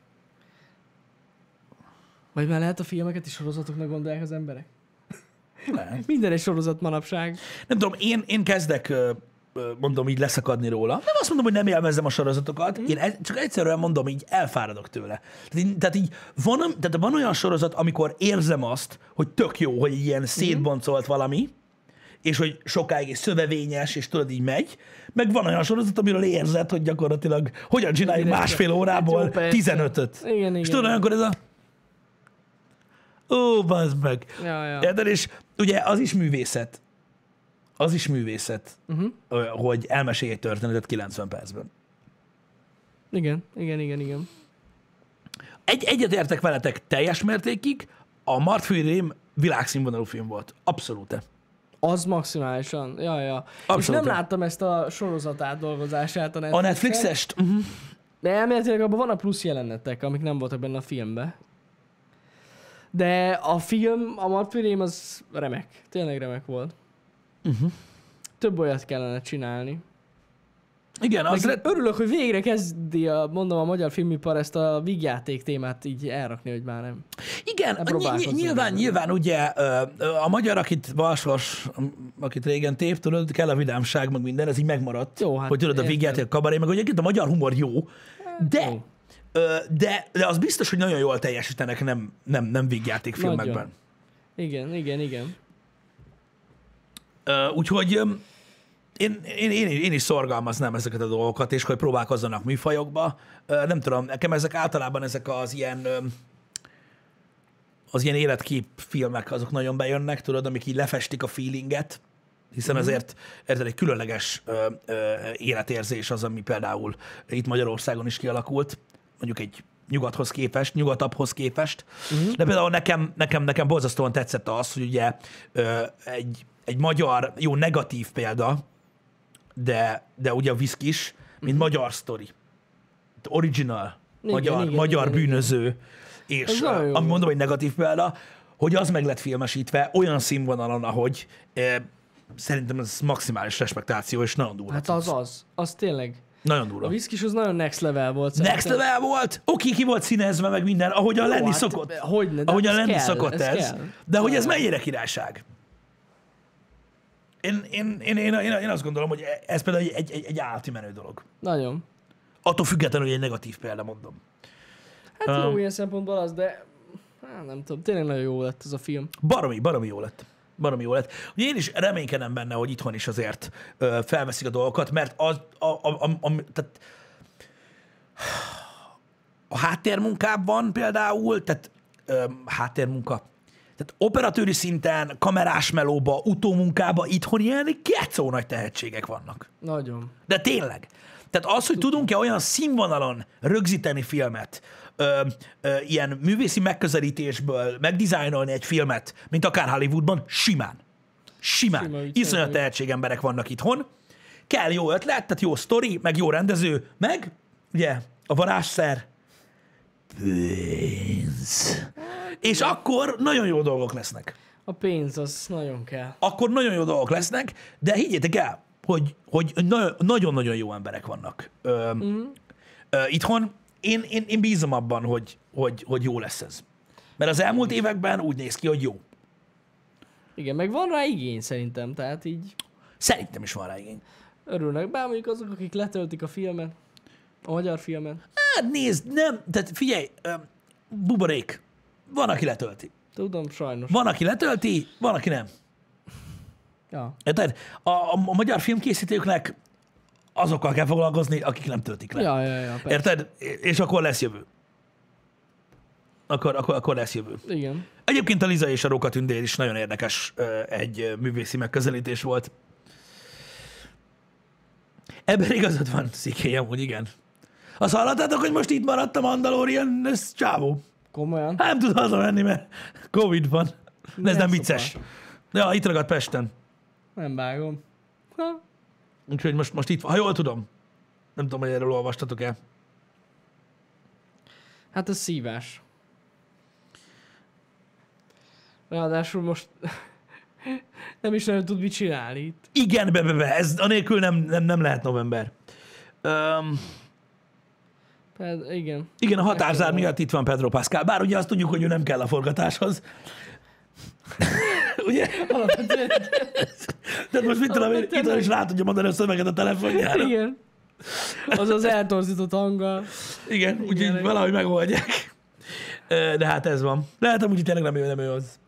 B: Vagy már lehet a filmeket is sorozatoknak gondolják az emberek?
A: Nem.
B: Minden egy sorozat manapság.
A: nem tudom, én, én kezdek ö, ö, mondom így leszakadni róla. Nem azt mondom, hogy nem élvezem a sorozatokat,
B: Mhm.
A: én e- csak egyszerűen mondom, így elfáradok tőle. Tehát, így- tehát így van, am- tehát van olyan sorozat, amikor érzem azt, hogy tök jó, hogy
B: Mhm.
A: ilyen szétboncolt valami, és hogy sokáig és szövevényes, és tudod, így megy. Meg van olyan sorozat, amiről érzed, hogy gyakorlatilag hogyan csináljuk
B: Mindenki.
A: másfél órából
B: Hát jó, persze.
A: 15-öt.
B: Igen, igen.
A: És tudod, olyankor ez a... Ó, bazd meg.
B: Ja, ja.
A: Érted? És ugye az is művészet. Az is művészet, uh-huh. hogy elmesélj egy történetet 90 percben.
B: Igen, igen, igen, igen.
A: Egy, egyetértek veletek teljes mértékig, a Martfői Rém világszínvonalú film volt. Abszolút.
B: Az maximálisan. Ja, ja. És
A: Abszolút.
B: nem láttam ezt a sorozat átdolgozását a
A: A
B: Netflixen.
A: Netflixest? Uh-huh.
B: De elméletileg abban vannak plusz jelenetek, amik nem voltak benne a filmbe. De a film, a Martvirém az remek. Tényleg remek volt. Uh-huh.
A: Mhm.
B: Több olyat kellene csinálni.
A: Mhm. Igen, az
B: Az
A: lett...
B: Örülök, hogy végre kezdi a, mondom, a magyar filmipar ezt a vígjáték témát így elrakni, hogy már nem.
A: Igen,
B: Nem
A: ny- ny-
B: próbálkozzunk
A: nyilván,
B: benne.
A: nyilván ugye ö, ö, a magyar, akit Valsos, akit régen tép, tudod, kell a vidámság, meg minden, ez így megmaradt.
B: Jó, hát
A: hogy tudod, a
B: értem.
A: vigyáték, a kabaré, meg hogy egyébként a magyar humor jó, de,
B: jó.
A: ö, de, de az biztos, hogy nagyon jól teljesítenek nem, nem, nem vigyáték filmekben.
B: Nagyon. Igen, igen, igen.
A: Ö, Úgyhogy öm, én, én, én, én is szorgalmaznám ezeket a dolgokat, és hogy próbálkozzanak műfajokba. Ö, Nem tudom, nekem ezek általában ezek az ilyen öm, az ilyen életkép filmek, azok nagyon bejönnek, tudod, amik így lefestik a feelinget, hiszen
B: Mhm.
A: azért érted, egy különleges ö, ö, életérzés az, ami például itt Magyarországon is kialakult, mondjuk egy nyugathoz képest, nyugatabbhoz képest.
B: Mhm.
A: Uh-huh. De például nekem, nekem, nekem borzasztóan tetszett az, hogy ugye ö, egy, egy magyar, jó negatív példa, de, de ugye a viszkis, mint magyar sztori. Original,
B: Mhm. Igen,
A: magyar,
B: igen,
A: magyar
B: igen, igen.
A: bűnöző, és
B: Ez
A: és
B: nagyon jó
A: ami
B: volt.
A: mondom, egy negatív példa, hogy az meg lett filmesítve olyan színvonalon, ahogy eh, szerintem ez maximális respektáció, és nagyon durva.
B: Hát az az. Az tényleg.
A: Nagyon
B: A
A: durva.
B: Viszkis az nagyon next level volt.
A: Next
B: szerintem.
A: level volt, oké, ki volt színezve, meg minden, ahogyan lenni
B: hát,
A: szokott.
B: hogyne, de
A: ahogyan
B: ez
A: lenni
B: kell,
A: szokott
B: ez
A: ez.
B: kell.
A: De hogy ez
B: Kell.
A: mennyire királyság? Én, én, én, én, én, én azt gondolom, hogy e- ez például egy, egy, egy állati menő dolog.
B: Nagyon.
A: Attól függetlenül, hogy egy negatív példa, mondom.
B: Hát
A: Um,
B: jó ilyen szempontból az, de hát nem tudom, tényleg nagyon jó lett ez a film.
A: Baromi, baromi jó lett. Baromi jó lett. Ugye én is reménykedem benne, hogy itthon is azért ö, felveszik a dolgokat, mert az, a, a, a, a, tehát a háttérmunkában például, tehát ö, háttérmunka, tehát operatőri szinten, kamerás melóba, utómunkába itthon ilyen kecó nagy tehetségek vannak.
B: Nagyon.
A: De tényleg. Tehát az, hogy tudunk-e olyan színvonalon rögzíteni filmet, ö, ö, ilyen művészi megközelítésből megdizájnolni egy filmet, mint akár Hollywoodban, simán. Simán.
B: Sima ügy,
A: Iszonyat
B: tényleg.
A: tehetségemberek vannak itthon. Kell jó ötlet, tehát jó sztori, meg jó rendező, meg ugye a varázsszer, pénz.
B: Hát
A: És akkor nagyon jó dolgok lesznek
B: A pénz az nagyon kell.
A: akkor nagyon jó dolgok lesznek, de higgyétek el, hogy, hogy na- nagyon-nagyon jó emberek vannak ö, mm. ö, itthon. Én, én, én bízom abban, hogy, hogy, hogy jó lesz ez. Mert az elmúlt években úgy néz ki, hogy jó.
B: Igen, meg van rá igény szerintem, tehát így
A: Szerintem is van rá igény.
B: örülnek. Bár mondjuk azok, akik letöltik a filmet, a magyar filmet,
A: Hát nézd, nem, tehát figyelj, ö, buborék. Van, aki letölti.
B: tudom, sajnos.
A: Van, aki letölti, van, aki nem.
B: Ja.
A: Érted? A, a, a magyar filmkészítőknek azokkal kell foglalkozni, akik nem töltik le.
B: Ja, ja, ja, persze.
A: Érted? És akkor lesz jövő. Akkor, akkor, akkor lesz jövő.
B: Igen.
A: Egyébként a Liza és a Róka tündér is nagyon érdekes ö, egy ö, művészi megközelítés volt. Ebben igazad van, Szikély, amúgy igen. Azt hallottátok, hogy most itt maradt a Mandalorian, ez csávó.
B: Komolyan?
A: Hát nem tud hazamenni, mert Covid van. De ez
B: Nem
A: nem vicces.
B: szopa.
A: Ja, itt ragadt Pesten.
B: Nem vágom. Ha,
A: Úgyhogy most, most itt van. Ha jól tudom. Nem tudom, hogy erről olvastatok-e.
B: hát ez szívás. Ráadásul most *laughs* nem is nagyon tud mit csinálni itt.
A: Igen, be, be, be. Ez anélkül nem, nem, nem lehet november. Um,
B: Ped, Hát, igen.
A: igen, a határzár miatt itt van Pedro Pascal. Bár ugye azt tudjuk, hogy ő nem kell a forgatáshoz. *laughs* ugye?
B: Alapvetően,
A: Tehát most mit tudom, én, itt is rá tudja mondani a szöveget a telefonjára.
B: igen. Az az eltorzított hanggal.
A: Igen, úgyhogy
B: igen.
A: valahogy megoldják. Ö, De hát ez van. Lehet amúgy hogy tényleg nem ő, nem ő az.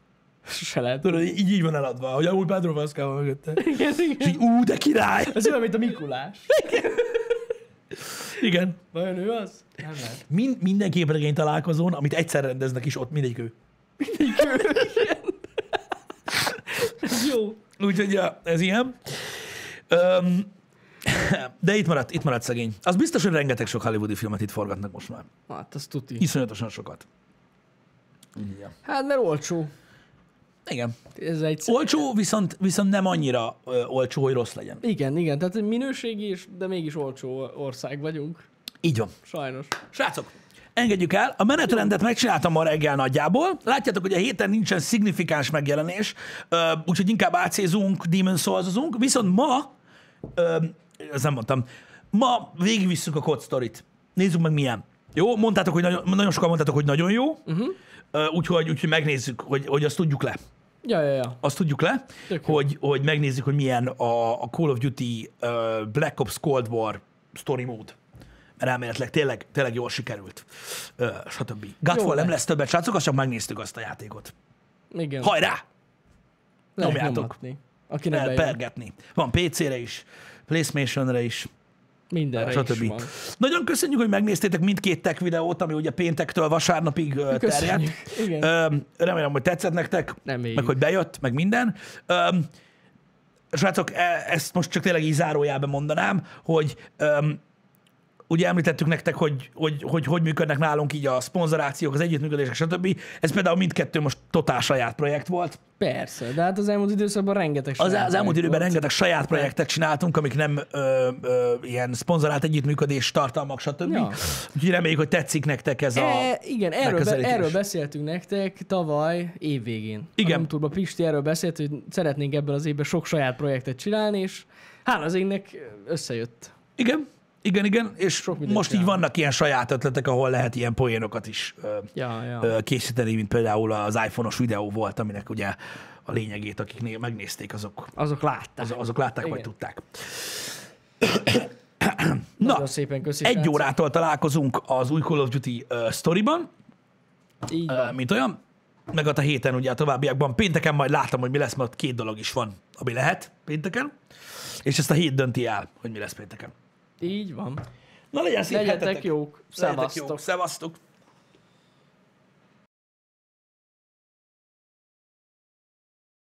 B: Sose lehet.
A: Tudod, így, így van eladva, hogy amúgy Pedro Pascal van mögötte.
B: Igen,
A: És így,
B: igen.
A: ú, de király!
B: Ez olyan, mint a Mikulás.
A: Igen.
B: Vajon ő az? Nem lehet.
A: Mind, minden képregény találkozón, amit egyszer rendeznek is, ott mindegyik ő.
B: Ez jó.
A: Úgyhogy ja, ez ilyen. Öm, de itt maradt, itt maradt szegény. Az biztos, hogy rengeteg sok hollywoodi filmet itt forgatnak most már.
B: Hát, az tuti.
A: Iszonyatosan sokat. Ja.
B: Hát, mert olcsó.
A: Igen.
B: Ez egy
A: Olcsó, viszont, viszont nem annyira ö, olcsó, hogy rossz legyen.
B: Igen, igen, tehát egy minőségi, és, de mégis olcsó ország vagyunk.
A: Így van.
B: Sajnos.
A: Srácok, engedjük el. A menetrendet megcsináltam ma reggel nagyjából. Látjátok, hogy a héten nincsen szignifikáns megjelenés, ö, úgyhogy inkább ácézunk, Demon souls viszont ma, ö, ezt nem mondtam, ma végigvisszük a Cod Story-t. Nézzük meg milyen. Jó, mondtátok, hogy nagyon, nagyon sokan mondtátok, hogy nagyon jó, uh-huh. úgyhogy, úgyhogy megnézzük, hogy, hogy azt tudjuk le.
B: Ja, ja, ja.
A: Azt tudjuk le,
B: Tök jó.
A: hogy, hogy megnézzük, hogy milyen a, a Call of Duty uh, Black Ops Cold War story mód. Mert elméletileg tényleg, tényleg jól sikerült. Uh, stb. Godfall nem
B: lesz.
A: lesz többet, srácok, azt csak megnéztük azt a játékot.
B: Igen.
A: Hajrá!
B: Lehet
A: nyomjátok.
B: nyomatni. Aki nem
A: El
B: bejön.
A: pergetni. Van PC-re is, PlayStation-re is,
B: Mindenre is
A: stb.
B: van.
A: Nagyon köszönjük, hogy megnéztétek mindkét tech videót, ami ugye péntektől vasárnapig ö, terjedt.
B: Köszönjük. Igen.
A: Öm, remélem, hogy tetszett nektek,
B: Reméljük.
A: meg hogy bejött, meg minden. Öm, srácok, e- ezt most csak tényleg így zárójában mondanám, hogy öm, ugye említettük nektek, hogy hogy, hogy hogy működnek nálunk így a szponzorációk, az együttműködések, stb. Ez például mindkettő most totál saját projekt volt.
B: Persze, de hát az elmúlt időszakban rengeteg
A: Az,
B: saját
A: az elmúlt
B: projekt
A: időben
B: volt.
A: rengeteg saját projektet csináltunk, amik nem ö, ö, ilyen szponzorált együttműködés, tartalmak, stb.
B: Ja.
A: Ja. Úgyhogy reméljük, hogy tetszik nektek ez a...
B: E, igen, erről, be,
A: megközelítés.
B: erről beszéltünk nektek tavaly évvégén.
A: Igen.
B: A Turba Pisti erről beszélt, hogy szeretnénk ebben az évben sok saját projektet csinálni, és hála az égnek összejött.
A: Igen, igen, igen, és
B: Sok mindent
A: most így
B: csinálunk.
A: vannak ilyen saját ötletek, ahol lehet ilyen poénokat is ö,
B: Ja, ja.
A: ö, készíteni, mint például az iPhone-os videó volt, aminek ugye a lényegét, akik né- megnézték, azok,
B: Azok látták.
A: az, azok látták, vagy
B: Igen.
A: tudták.
B: Nagyon
A: Na,
B: szépen köszi.
A: egy
B: srácok.
A: órától találkozunk az új Call of Duty ö, sztoriban,
B: Így
A: ö, mint olyan, meg ott a héten ugye a továbbiakban. Pénteken majd látom, hogy mi lesz, mert két dolog is van, ami lehet pénteken, és ezt a hét dönti el, hogy mi lesz pénteken.
B: Így van.
A: Na legyen szép
B: Legyetek
A: hetetek.
B: jók.
A: Legyetek jók.
B: Szevasztok.
A: Szevasztok.